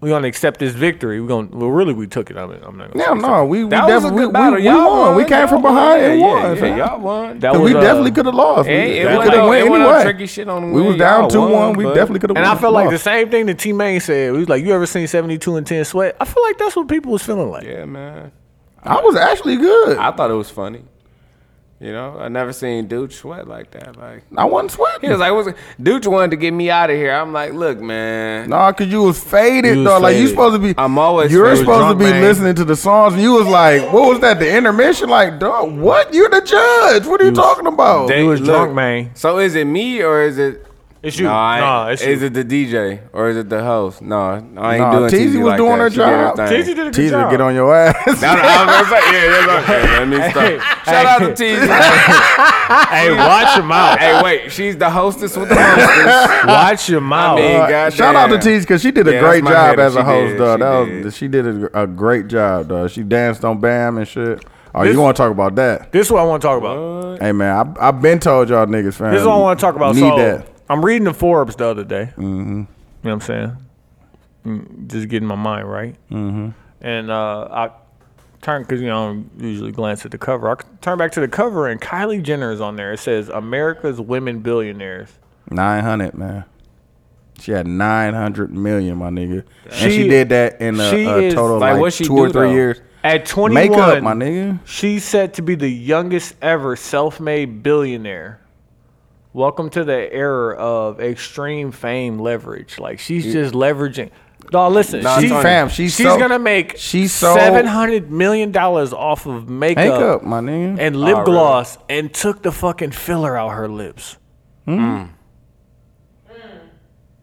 [SPEAKER 3] we're gonna accept this victory. We're gonna, well, really, we took it. I mean, I'm not gonna.
[SPEAKER 2] Yeah, no, we we
[SPEAKER 1] That was a
[SPEAKER 2] definitely we,
[SPEAKER 1] good
[SPEAKER 2] we,
[SPEAKER 1] battle.
[SPEAKER 2] we
[SPEAKER 1] y'all
[SPEAKER 2] won. We came
[SPEAKER 1] y'all
[SPEAKER 2] from behind
[SPEAKER 1] Yeah,
[SPEAKER 2] and
[SPEAKER 1] yeah,
[SPEAKER 2] won.
[SPEAKER 1] Yeah,
[SPEAKER 2] fam.
[SPEAKER 1] y'all won.
[SPEAKER 3] That
[SPEAKER 2] 'Cause we
[SPEAKER 3] uh,
[SPEAKER 2] definitely could have lost.
[SPEAKER 1] Hey,
[SPEAKER 2] we
[SPEAKER 1] it
[SPEAKER 2] could
[SPEAKER 1] wasn't
[SPEAKER 2] have
[SPEAKER 1] no-
[SPEAKER 2] won
[SPEAKER 1] it wasn't no
[SPEAKER 2] anyway.
[SPEAKER 1] tricky shit on the
[SPEAKER 2] we was
[SPEAKER 1] win.
[SPEAKER 2] down
[SPEAKER 1] Y'all
[SPEAKER 2] two one.
[SPEAKER 1] won,
[SPEAKER 2] We
[SPEAKER 1] but-
[SPEAKER 2] definitely could have.
[SPEAKER 3] And I felt like the
[SPEAKER 2] lost.
[SPEAKER 3] same thing the teammate said. He was like, "You ever seen seventy-two and ten sweat?" I feel like that's what people was feeling like.
[SPEAKER 1] Yeah, man.
[SPEAKER 2] I was actually good. I,
[SPEAKER 1] I thought it was funny. You know, I never seen dude sweat like that. Like
[SPEAKER 2] wasn't sweating.
[SPEAKER 1] he was like, "What's dude wanted to get me out of here?" I'm like, "Look, man,
[SPEAKER 2] Nah, cause you was faded,
[SPEAKER 3] You was
[SPEAKER 2] though. Like you
[SPEAKER 3] faded.
[SPEAKER 2] supposed to be.
[SPEAKER 1] I'm always
[SPEAKER 2] You're
[SPEAKER 1] faded.
[SPEAKER 2] supposed to
[SPEAKER 1] Drunk,
[SPEAKER 2] be
[SPEAKER 1] man.
[SPEAKER 2] listening to the songs. And you was like, what was that? The intermission? Like, dog, what? You're the judge. What are you, talking about?
[SPEAKER 3] They was
[SPEAKER 1] Look,
[SPEAKER 3] drunk, man.
[SPEAKER 1] So is it me or is it?
[SPEAKER 3] It's you.
[SPEAKER 1] No, I ain't-
[SPEAKER 3] Nah, it's
[SPEAKER 1] is
[SPEAKER 3] you.
[SPEAKER 1] it the DJ or is it the host? No, I ain't
[SPEAKER 2] Nah,
[SPEAKER 1] doing.
[SPEAKER 2] TZ
[SPEAKER 1] TZ
[SPEAKER 2] was
[SPEAKER 1] like
[SPEAKER 2] doing
[SPEAKER 1] that.
[SPEAKER 2] her
[SPEAKER 1] She did
[SPEAKER 2] job.
[SPEAKER 1] thing.
[SPEAKER 3] TZ did a good
[SPEAKER 2] Teaser,
[SPEAKER 3] job.
[SPEAKER 2] get on
[SPEAKER 1] [LAUGHS]
[SPEAKER 2] your ass.
[SPEAKER 1] No, no, I was gonna say, yeah, that's okay. Let me stop. Shout out to TZ.
[SPEAKER 3] hey, watch your
[SPEAKER 1] [LAUGHS]
[SPEAKER 3] mouth.
[SPEAKER 1] hey, wait, she's the hostess with the hostess.
[SPEAKER 3] Watch your mouth.
[SPEAKER 1] mean,
[SPEAKER 2] Uh,
[SPEAKER 1] goddamn.
[SPEAKER 2] shout out to Tease because she did a
[SPEAKER 1] Yeah, that's
[SPEAKER 2] great
[SPEAKER 1] my
[SPEAKER 2] job
[SPEAKER 1] header.
[SPEAKER 2] as a
[SPEAKER 1] She
[SPEAKER 2] host,
[SPEAKER 1] did,
[SPEAKER 2] dog.
[SPEAKER 1] she
[SPEAKER 2] That
[SPEAKER 1] did.
[SPEAKER 2] was, she did a, a great job, dog. She danced on Bam and shit. Oh,
[SPEAKER 3] This-
[SPEAKER 2] you want to talk about that?
[SPEAKER 3] this is what I want to talk about.
[SPEAKER 2] Hey man, I, I've been told y'all niggas, fam.
[SPEAKER 3] This is what I want to talk about.
[SPEAKER 2] Um, Need
[SPEAKER 3] so
[SPEAKER 2] that.
[SPEAKER 3] I'm reading the Forbes the other day. Mm-hmm. You know what I'm saying? Mm, Just getting my mind right. Mm-hmm. And uh, I turn because you know I don't usually glance at the cover. I turn back to the cover and Kylie Jenner is on there. It says America's women billionaires.
[SPEAKER 2] Nine hundred, man. She had nine hundred million, my nigga, and
[SPEAKER 3] She-
[SPEAKER 2] she did that in a,
[SPEAKER 3] she
[SPEAKER 2] a
[SPEAKER 3] is-
[SPEAKER 2] total of
[SPEAKER 1] like,
[SPEAKER 2] like,
[SPEAKER 1] what she
[SPEAKER 2] two or
[SPEAKER 1] do,
[SPEAKER 2] three
[SPEAKER 1] though?
[SPEAKER 2] years.
[SPEAKER 3] At 21,
[SPEAKER 2] Makeup, my nigga.
[SPEAKER 3] She's set to be the youngest ever self-made billionaire. Welcome to the era of extreme fame leverage. Like she's just leveraging. Dog, listen.
[SPEAKER 1] Nah,
[SPEAKER 3] she,
[SPEAKER 1] Tony.
[SPEAKER 2] Fam, she
[SPEAKER 3] she's
[SPEAKER 2] so-
[SPEAKER 3] gonna make
[SPEAKER 2] she so-
[SPEAKER 3] seven hundred million dollars off of makeup,
[SPEAKER 2] makeup, my nigga.
[SPEAKER 3] and lip
[SPEAKER 1] Oh, really?
[SPEAKER 3] gloss, and took the fucking filler out her lips.
[SPEAKER 2] Hmm?
[SPEAKER 1] That's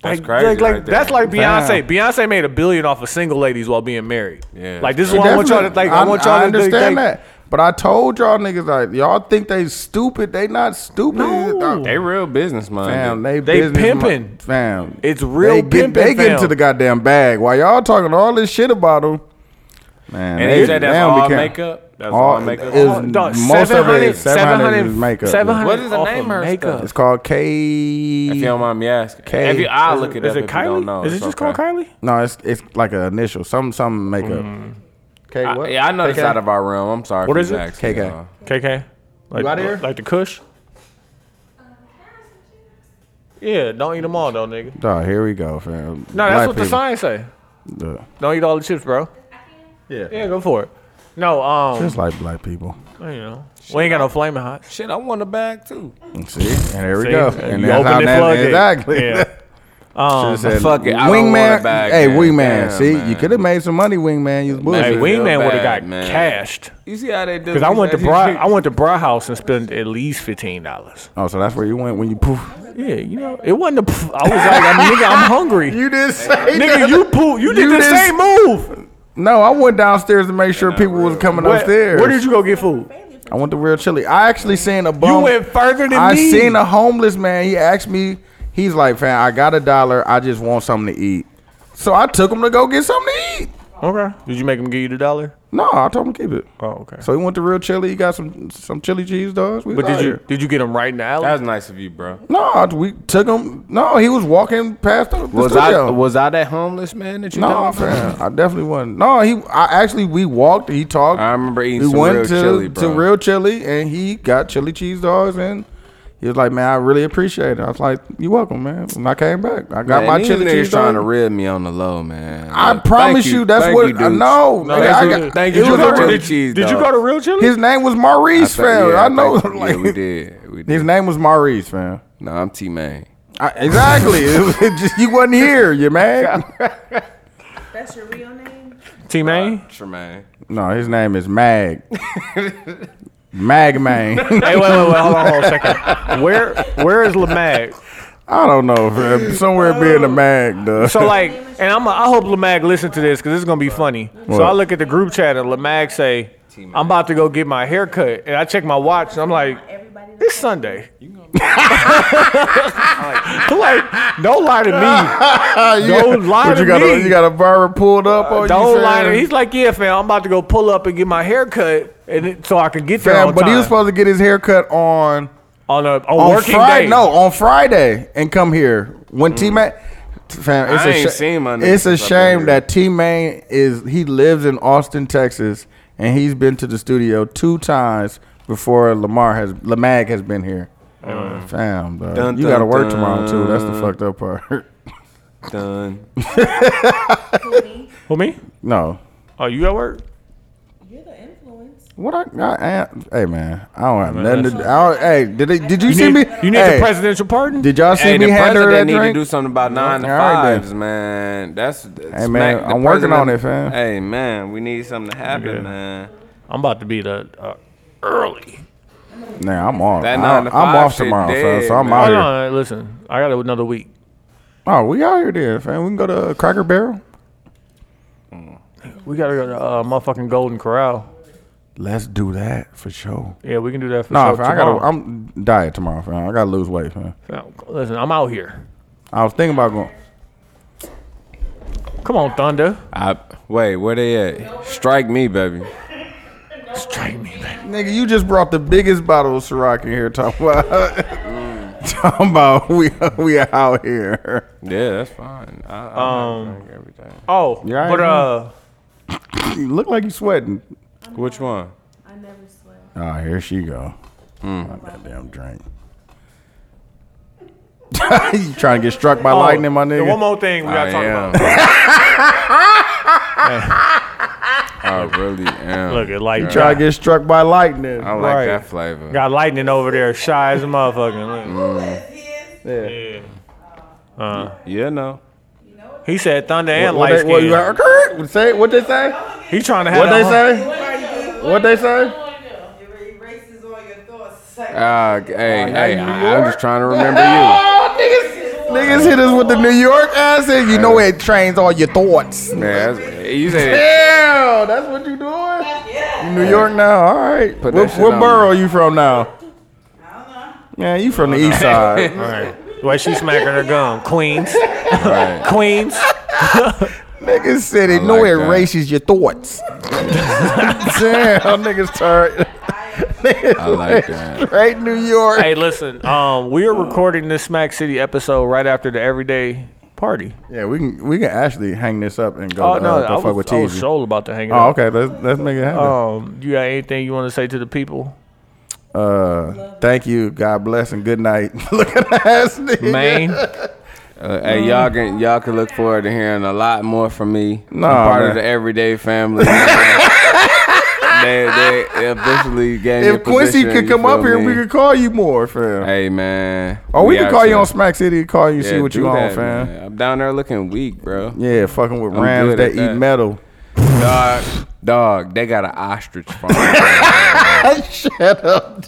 [SPEAKER 3] Like-
[SPEAKER 1] Hmm. crazy
[SPEAKER 3] Like, like
[SPEAKER 1] right there.
[SPEAKER 3] that's like
[SPEAKER 2] Damn.
[SPEAKER 3] Beyonce. Beyonce made a billion off of single ladies while being married.
[SPEAKER 1] Yeah.
[SPEAKER 3] Like this is
[SPEAKER 2] She
[SPEAKER 3] what I want y'all to
[SPEAKER 2] definitely-
[SPEAKER 3] think. I, want y'all
[SPEAKER 2] I
[SPEAKER 3] to
[SPEAKER 2] understand
[SPEAKER 3] think,
[SPEAKER 2] that. But I told y'all niggas like y'all think they stupid. They not stupid.
[SPEAKER 1] [LAUGHS]
[SPEAKER 3] No.
[SPEAKER 1] They real business minded.
[SPEAKER 2] Fam, they,
[SPEAKER 3] They
[SPEAKER 2] business
[SPEAKER 3] pimping.
[SPEAKER 2] mi- fam,
[SPEAKER 3] It's real
[SPEAKER 2] They get,
[SPEAKER 3] pimping,
[SPEAKER 2] They get
[SPEAKER 3] fam.
[SPEAKER 2] into the goddamn bag. While y'all talking all this shit about them, man.
[SPEAKER 1] And
[SPEAKER 2] they,
[SPEAKER 1] they said that's
[SPEAKER 2] they don't be
[SPEAKER 1] all
[SPEAKER 2] caring.
[SPEAKER 1] makeup. That's all,
[SPEAKER 2] All-
[SPEAKER 1] makeup.
[SPEAKER 2] is-
[SPEAKER 3] Oh, dog,
[SPEAKER 2] most of it
[SPEAKER 3] 700
[SPEAKER 2] is- 700 is makeup, yeah.
[SPEAKER 3] 700
[SPEAKER 1] What is the
[SPEAKER 3] off
[SPEAKER 1] name
[SPEAKER 3] of
[SPEAKER 1] of her
[SPEAKER 3] makeup.
[SPEAKER 1] stuff?
[SPEAKER 2] It's called K.
[SPEAKER 1] if you don't mind me asking,
[SPEAKER 2] K.
[SPEAKER 1] if you, I'll look it
[SPEAKER 3] Is
[SPEAKER 1] up.
[SPEAKER 3] it
[SPEAKER 1] if you don't know.
[SPEAKER 3] Kylie? Is it
[SPEAKER 1] It's
[SPEAKER 3] just
[SPEAKER 1] okay.
[SPEAKER 3] called Kylie?
[SPEAKER 2] no, it's it's like an initial. Some some makeup. K.
[SPEAKER 1] Mm-hmm. I-
[SPEAKER 2] What?
[SPEAKER 1] yeah, I know the
[SPEAKER 2] KK?
[SPEAKER 1] side of our realm. I'm sorry.
[SPEAKER 3] What
[SPEAKER 1] for
[SPEAKER 3] is it?
[SPEAKER 1] asking,
[SPEAKER 2] KK.
[SPEAKER 1] y'all.
[SPEAKER 3] KK. Like,
[SPEAKER 2] You outta here?
[SPEAKER 3] Like the Kush? Yeah, don't eat them all though, nigga.
[SPEAKER 2] Dawg, here we go, fam.
[SPEAKER 3] No, that's what the sign say. Don't eat all the chips, bro. Yeah, go for it. No, um,
[SPEAKER 2] Just like black people.
[SPEAKER 3] you know, we ain't got no flaming hot.
[SPEAKER 1] Shit, I want a bag too.
[SPEAKER 2] See, and there we
[SPEAKER 3] See?
[SPEAKER 2] go.
[SPEAKER 3] You
[SPEAKER 2] And
[SPEAKER 3] open
[SPEAKER 2] that's how
[SPEAKER 3] the
[SPEAKER 2] that
[SPEAKER 3] floodgate.
[SPEAKER 2] exactly. [LAUGHS]
[SPEAKER 3] Yeah. Um,
[SPEAKER 2] Should've said,
[SPEAKER 1] fuck it, I don't want
[SPEAKER 2] wingman.
[SPEAKER 1] it back,
[SPEAKER 2] hey,
[SPEAKER 1] man.
[SPEAKER 2] wingman.
[SPEAKER 1] Damn,
[SPEAKER 2] see, you
[SPEAKER 1] man.
[SPEAKER 2] could have made some money, wingman. You was bullshit.
[SPEAKER 3] hey,
[SPEAKER 1] feel
[SPEAKER 3] Wingman would have
[SPEAKER 1] bad,
[SPEAKER 3] got
[SPEAKER 1] man.
[SPEAKER 3] cashed
[SPEAKER 1] You see how they do?
[SPEAKER 3] because I went to Bra, I
[SPEAKER 1] brought.
[SPEAKER 3] went to Bra House and spent at least fifteen dollars.
[SPEAKER 2] Oh, so that's where you went when you poof.
[SPEAKER 3] Yeah, you know, it wasn't. A, pff- I was like, I'm, nigga, I'm hungry.
[SPEAKER 2] [LAUGHS] You
[SPEAKER 1] [LAUGHS]
[SPEAKER 2] didn't say
[SPEAKER 3] nigga, you poo. You did
[SPEAKER 2] You
[SPEAKER 3] the
[SPEAKER 2] didn't-
[SPEAKER 3] same move.
[SPEAKER 2] No, I went downstairs to make sure people was coming
[SPEAKER 3] Where-
[SPEAKER 2] upstairs.
[SPEAKER 3] Where did you go get food?
[SPEAKER 2] I went to Real Chili. I actually seen a
[SPEAKER 3] You
[SPEAKER 2] bum.
[SPEAKER 3] went further than
[SPEAKER 2] I
[SPEAKER 3] me.
[SPEAKER 2] seen a homeless man. He asked me. He's like, "Fam, I got a dollar. I just want something to eat." So I took him to go get something to eat.
[SPEAKER 3] Okay. Did you make him give you the dollar?
[SPEAKER 2] No, I told him to keep it.
[SPEAKER 3] Oh, okay.
[SPEAKER 2] So he went to real chili. He got some some chili cheese dogs. We
[SPEAKER 3] but
[SPEAKER 2] was
[SPEAKER 3] did
[SPEAKER 2] out
[SPEAKER 3] you
[SPEAKER 2] here.
[SPEAKER 3] did you get him right in the alley?
[SPEAKER 1] That was nice of you, bro.
[SPEAKER 2] No, we took him. No, he was walking past the, the
[SPEAKER 1] Was
[SPEAKER 2] studio.
[SPEAKER 1] I was I that homeless man that you
[SPEAKER 2] no,
[SPEAKER 1] talking about?
[SPEAKER 2] fam, I definitely wasn't. No, he. I actually we walked. He talked.
[SPEAKER 1] I remember eating
[SPEAKER 2] we
[SPEAKER 1] some
[SPEAKER 2] went
[SPEAKER 1] real
[SPEAKER 2] to,
[SPEAKER 1] chili, bro.
[SPEAKER 2] to real chili, and he got chili cheese dogs, and he was like, "Man, I really appreciate it." I was like, "You're welcome, man." When I came back, I got
[SPEAKER 1] Man,
[SPEAKER 2] my
[SPEAKER 1] these
[SPEAKER 2] chili
[SPEAKER 1] niggas
[SPEAKER 2] cheese
[SPEAKER 1] trying to
[SPEAKER 2] dog.
[SPEAKER 1] rib me on the low, man.
[SPEAKER 2] I
[SPEAKER 1] Like,
[SPEAKER 2] promise
[SPEAKER 1] thank
[SPEAKER 2] you, that's
[SPEAKER 1] thank
[SPEAKER 2] what.
[SPEAKER 1] you,
[SPEAKER 2] I
[SPEAKER 1] dudes.
[SPEAKER 2] know.
[SPEAKER 3] No,
[SPEAKER 2] nigga,
[SPEAKER 3] that's
[SPEAKER 2] I
[SPEAKER 3] what-
[SPEAKER 2] got-
[SPEAKER 1] thank
[SPEAKER 2] it
[SPEAKER 1] you
[SPEAKER 2] was
[SPEAKER 1] for
[SPEAKER 2] a-
[SPEAKER 1] the
[SPEAKER 3] did,
[SPEAKER 1] chili cheese
[SPEAKER 3] did you
[SPEAKER 1] dogs.
[SPEAKER 3] go to real chili?
[SPEAKER 2] His name was
[SPEAKER 1] I
[SPEAKER 2] Maurice,
[SPEAKER 1] think-
[SPEAKER 2] fam.
[SPEAKER 1] yeah,
[SPEAKER 2] I know.
[SPEAKER 1] think- yeah, we
[SPEAKER 2] like,
[SPEAKER 1] did.
[SPEAKER 2] [LAUGHS]
[SPEAKER 1] We did.
[SPEAKER 2] His name was Maurice, fam.
[SPEAKER 1] No, I'm T Main.
[SPEAKER 2] I,
[SPEAKER 1] [LAUGHS]
[SPEAKER 2] exactly. [LAUGHS] it was, it just, you wasn't here. You mad?
[SPEAKER 5] That's your real name?
[SPEAKER 3] T Main.
[SPEAKER 1] Tremaine.
[SPEAKER 2] No, his name is Mag. Mag Man.
[SPEAKER 3] hey, wait, wait, wait, hold on, hold on a second. Where where is Lamag?
[SPEAKER 2] [LAUGHS] I don't know, fam. Somewhere being a
[SPEAKER 1] Oh.
[SPEAKER 2] mag, though. [LAUGHS]
[SPEAKER 3] So like, and I'm I hope Lamag listen to this because this is gonna be funny. So
[SPEAKER 2] What?
[SPEAKER 3] I look at the group chat and Lamag say, "I'm about to go get my hair cut," and I check my watch and I'm like,
[SPEAKER 5] Everybody
[SPEAKER 3] "It's Sunday." I'm [LAUGHS] like, don't lie to me. Don't lie
[SPEAKER 2] What,
[SPEAKER 3] to
[SPEAKER 2] you got
[SPEAKER 3] me.
[SPEAKER 2] A, you got a barber pulled
[SPEAKER 1] Uh,
[SPEAKER 2] up on Oh, you,
[SPEAKER 3] Don't lie to
[SPEAKER 2] fam?
[SPEAKER 3] me. He's like, "Yeah, fam, I'm about to go pull up and get my hair cut, and it, so I can get there
[SPEAKER 2] Fam,
[SPEAKER 3] on
[SPEAKER 2] but
[SPEAKER 3] time."
[SPEAKER 2] he was supposed to get his hair cut on
[SPEAKER 3] on a on
[SPEAKER 2] on
[SPEAKER 3] working
[SPEAKER 2] Friday.
[SPEAKER 3] day.
[SPEAKER 2] No, on Friday and come here when T Main. Fam, it's
[SPEAKER 1] Mm. I
[SPEAKER 2] a
[SPEAKER 1] ain't
[SPEAKER 2] sha-
[SPEAKER 1] seen my nigga
[SPEAKER 2] It's a
[SPEAKER 1] since I've been
[SPEAKER 2] shame
[SPEAKER 1] here.
[SPEAKER 2] that T Main is he lives in Austin, Texas, and he's been to the studio two times before Lamar has Lamag has been here. Fam, dog.
[SPEAKER 1] Uh, Dun,
[SPEAKER 2] you
[SPEAKER 1] dun,
[SPEAKER 2] got to work
[SPEAKER 1] dun.
[SPEAKER 2] tomorrow too. That's the fucked up part. [LAUGHS]
[SPEAKER 1] Done.
[SPEAKER 5] Cooney.
[SPEAKER 3] Who me?
[SPEAKER 2] no,
[SPEAKER 3] Oh, you at work?
[SPEAKER 5] You're the influence.
[SPEAKER 2] What I, I, I hey man, I don't have nothing to do. I don't, hey, did they, did you,
[SPEAKER 5] You
[SPEAKER 2] see
[SPEAKER 3] need,
[SPEAKER 2] me?
[SPEAKER 3] You need
[SPEAKER 2] hey,
[SPEAKER 3] the presidential pardon.
[SPEAKER 2] Did y'all see
[SPEAKER 1] Hey,
[SPEAKER 2] me
[SPEAKER 1] the
[SPEAKER 2] hand her that
[SPEAKER 1] president need
[SPEAKER 2] drink?
[SPEAKER 1] to do something about nine to
[SPEAKER 2] All right, then.
[SPEAKER 1] fives, man. That's, that's
[SPEAKER 2] Hey, man,
[SPEAKER 1] the
[SPEAKER 2] I'm working on it,
[SPEAKER 1] president-
[SPEAKER 2] fam.
[SPEAKER 1] Hey man, we need something to happen,
[SPEAKER 3] Yeah.
[SPEAKER 1] man.
[SPEAKER 3] I'm about to be the uh, early.
[SPEAKER 2] nah, I'm off.
[SPEAKER 1] That
[SPEAKER 2] I,
[SPEAKER 1] nine
[SPEAKER 2] I'm
[SPEAKER 1] to five
[SPEAKER 2] off
[SPEAKER 1] shit
[SPEAKER 2] tomorrow,
[SPEAKER 1] dead,
[SPEAKER 2] fam, so I'm
[SPEAKER 1] man.
[SPEAKER 2] out
[SPEAKER 3] Hold
[SPEAKER 2] here.
[SPEAKER 3] on, Oh, uh, listen. I got another week.
[SPEAKER 2] Oh, we out here then, fam. We can go to Cracker Barrel.
[SPEAKER 3] We gotta go to uh, motherfucking Golden Corral.
[SPEAKER 2] Let's do that for sure.
[SPEAKER 3] Yeah, we can do that for
[SPEAKER 2] Nah,
[SPEAKER 3] sure.
[SPEAKER 2] fam, I gotta. I'm diet tomorrow, fam. I gotta lose weight, fam.
[SPEAKER 3] tomorrow. listen, I'm out here.
[SPEAKER 2] I was thinking about going.
[SPEAKER 3] Come on, Thunder.
[SPEAKER 1] I wait, where they at? Strike me, baby.
[SPEAKER 3] Strike me, man.
[SPEAKER 2] Nigga, you just brought the biggest bottle of Ciroc in here. Talking about, [LAUGHS] talking about we we out here.
[SPEAKER 1] Yeah, that's fine. I, I
[SPEAKER 3] Um,
[SPEAKER 1] drink everything.
[SPEAKER 3] Oh,
[SPEAKER 2] You all right,
[SPEAKER 3] but
[SPEAKER 2] man?
[SPEAKER 3] uh,
[SPEAKER 2] You look like you sweating.
[SPEAKER 1] Which one?
[SPEAKER 5] I never swear.
[SPEAKER 2] Oh, here she go.
[SPEAKER 1] Hmm.
[SPEAKER 2] My goddamn drink. [LAUGHS] you trying to get struck by
[SPEAKER 3] oh,
[SPEAKER 2] lightning, my
[SPEAKER 3] the
[SPEAKER 2] nigga?
[SPEAKER 3] One more thing we gotta
[SPEAKER 1] I
[SPEAKER 3] talk
[SPEAKER 1] am.
[SPEAKER 3] about.
[SPEAKER 1] [LAUGHS] I really am.
[SPEAKER 3] Look at like
[SPEAKER 2] Trying to get struck by lightning.
[SPEAKER 1] I like
[SPEAKER 3] right.
[SPEAKER 1] that flavor.
[SPEAKER 3] got lightning over there, shy as a motherfucking.
[SPEAKER 1] Mm. Yeah, no.
[SPEAKER 3] Look, Uh, He said Thunder and
[SPEAKER 2] what,
[SPEAKER 3] light
[SPEAKER 2] they, what,
[SPEAKER 3] skin.
[SPEAKER 2] you heard? say what they say?
[SPEAKER 3] He trying to have
[SPEAKER 2] What
[SPEAKER 3] a
[SPEAKER 2] they
[SPEAKER 3] hun-
[SPEAKER 2] say? What they say?
[SPEAKER 1] Uh, g-
[SPEAKER 2] Oh,
[SPEAKER 1] hey, hey,
[SPEAKER 2] New
[SPEAKER 1] I, I'm
[SPEAKER 2] York?
[SPEAKER 1] just trying to remember you.
[SPEAKER 2] Niggas hit us with the New York accent. You know it trains all your thoughts.
[SPEAKER 1] Man, that's, you
[SPEAKER 2] [LAUGHS]
[SPEAKER 1] said
[SPEAKER 2] Damn, that's what you doing? You New York now? All right.
[SPEAKER 1] Put that
[SPEAKER 2] what
[SPEAKER 1] shit
[SPEAKER 2] what
[SPEAKER 1] on
[SPEAKER 2] borough you from now? Yeah, you from the east
[SPEAKER 1] [LAUGHS]
[SPEAKER 2] side.
[SPEAKER 3] Right. The way she smacking her gum, Queens,
[SPEAKER 1] right.
[SPEAKER 3] Queens.
[SPEAKER 2] Niggas said it.
[SPEAKER 1] I
[SPEAKER 2] no,
[SPEAKER 1] like
[SPEAKER 2] it
[SPEAKER 1] that.
[SPEAKER 2] erases
[SPEAKER 1] [LAUGHS]
[SPEAKER 2] your thoughts. Damn, niggas turn.
[SPEAKER 1] I like that.
[SPEAKER 2] Right, New York.
[SPEAKER 3] Hey, listen. Um, we are recording this Smack City episode right after the Everyday Party.
[SPEAKER 2] Yeah, we can we can actually hang this up and go.
[SPEAKER 3] Oh
[SPEAKER 2] uh,
[SPEAKER 3] no,
[SPEAKER 2] go
[SPEAKER 3] I,
[SPEAKER 2] fuck
[SPEAKER 3] was,
[SPEAKER 2] with
[SPEAKER 3] I was
[SPEAKER 2] Teezy.
[SPEAKER 3] sold about to hang it
[SPEAKER 2] Oh,
[SPEAKER 3] up.
[SPEAKER 2] okay. Let's let's make it happen.
[SPEAKER 3] Um, you got anything you want to say to the people?
[SPEAKER 2] Uh, thank you. God bless and good night. [LAUGHS] Look at that ass nigga.
[SPEAKER 3] Maine.
[SPEAKER 1] Uh, hey, y'all can y'all can look forward to hearing a lot more from me. I'm
[SPEAKER 2] Nah,
[SPEAKER 1] part
[SPEAKER 2] man.
[SPEAKER 1] of the everyday family. [LAUGHS] they, they officially gave me a
[SPEAKER 2] If Quincy
[SPEAKER 1] position,
[SPEAKER 2] could
[SPEAKER 1] you
[SPEAKER 2] come up
[SPEAKER 1] feel
[SPEAKER 2] here,
[SPEAKER 1] me?
[SPEAKER 2] we could call you more, fam.
[SPEAKER 1] Hey man.
[SPEAKER 2] or we,
[SPEAKER 1] out
[SPEAKER 2] could call you
[SPEAKER 1] here.
[SPEAKER 2] on Smack City and call you
[SPEAKER 1] Yeah,
[SPEAKER 2] see what
[SPEAKER 1] do
[SPEAKER 2] you on,
[SPEAKER 1] that,
[SPEAKER 2] fam.
[SPEAKER 1] man. I'm down there looking weak, bro.
[SPEAKER 2] Yeah, fucking with
[SPEAKER 1] I'm
[SPEAKER 2] Rams
[SPEAKER 1] good
[SPEAKER 2] that
[SPEAKER 1] at
[SPEAKER 2] eat
[SPEAKER 1] that.
[SPEAKER 2] metal.
[SPEAKER 1] Dog, dog, they got an ostrich
[SPEAKER 2] [LAUGHS]
[SPEAKER 1] farm.
[SPEAKER 2] Shut up.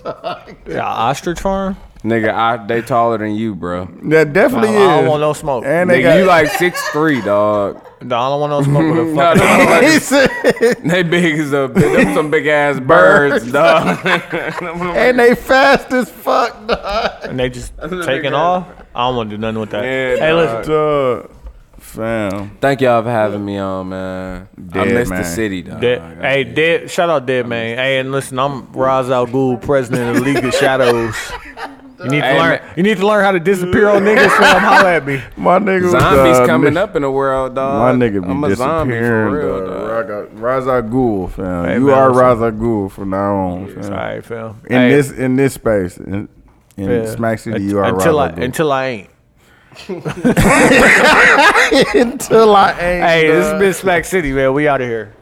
[SPEAKER 3] Yeah, ostrich farm.
[SPEAKER 1] Nigga, I, they taller than you, bro.
[SPEAKER 2] That definitely is.
[SPEAKER 3] I don't
[SPEAKER 2] [LAUGHS]
[SPEAKER 3] want no smoke.
[SPEAKER 2] And they
[SPEAKER 1] Nigga,
[SPEAKER 2] got
[SPEAKER 1] you like six three,
[SPEAKER 2] [LAUGHS]
[SPEAKER 1] dog.
[SPEAKER 3] I don't want no smoke with a
[SPEAKER 1] No,
[SPEAKER 3] fucking.
[SPEAKER 1] no, like-
[SPEAKER 2] He said-
[SPEAKER 1] [LAUGHS] They big as a them some big ass birds, dog. yeah,
[SPEAKER 2] and they fast as fuck. Dog.
[SPEAKER 3] and they just taking off. I don't want to do nothing with that.
[SPEAKER 1] Yeah,
[SPEAKER 3] hey,
[SPEAKER 1] dog.
[SPEAKER 3] listen.
[SPEAKER 2] Dog. Fam.
[SPEAKER 1] Thank y'all for having me on, man. I
[SPEAKER 2] Dead
[SPEAKER 1] miss the
[SPEAKER 2] man.
[SPEAKER 1] city, though.
[SPEAKER 3] Dead, hey, dead. Shout out, dead man. Hey, and listen, I'm Raz Al Ghul, president of the League [LAUGHS] of Shadows. You need to
[SPEAKER 1] Hey,
[SPEAKER 3] learn.
[SPEAKER 1] man.
[SPEAKER 3] You need to learn how to disappear on niggas. Fam, holla at me.
[SPEAKER 2] My nigga was,
[SPEAKER 1] Zombies
[SPEAKER 2] uh,
[SPEAKER 1] coming
[SPEAKER 2] miss-
[SPEAKER 1] up in the world,
[SPEAKER 2] My
[SPEAKER 1] dog.
[SPEAKER 2] nigga be
[SPEAKER 1] I'm a zombie for
[SPEAKER 2] disappearing.
[SPEAKER 1] real, dog.
[SPEAKER 2] dog. Raza Ghoul, fam.
[SPEAKER 3] Hey,
[SPEAKER 2] you
[SPEAKER 3] man,
[SPEAKER 2] are
[SPEAKER 3] listen.
[SPEAKER 2] Raza Ghoul from now on, fam.
[SPEAKER 3] It's all right, fam.
[SPEAKER 2] In
[SPEAKER 3] Hey,
[SPEAKER 2] this in this space, in, in
[SPEAKER 3] yeah.
[SPEAKER 2] Smack City,
[SPEAKER 3] Unt-
[SPEAKER 2] you are
[SPEAKER 3] until I
[SPEAKER 1] [LAUGHS]
[SPEAKER 2] Raza Ghoul.
[SPEAKER 3] until I ain't.
[SPEAKER 2] until I ain't.
[SPEAKER 3] Hey, this
[SPEAKER 2] dog.
[SPEAKER 3] has been Smack City, man. We out of here.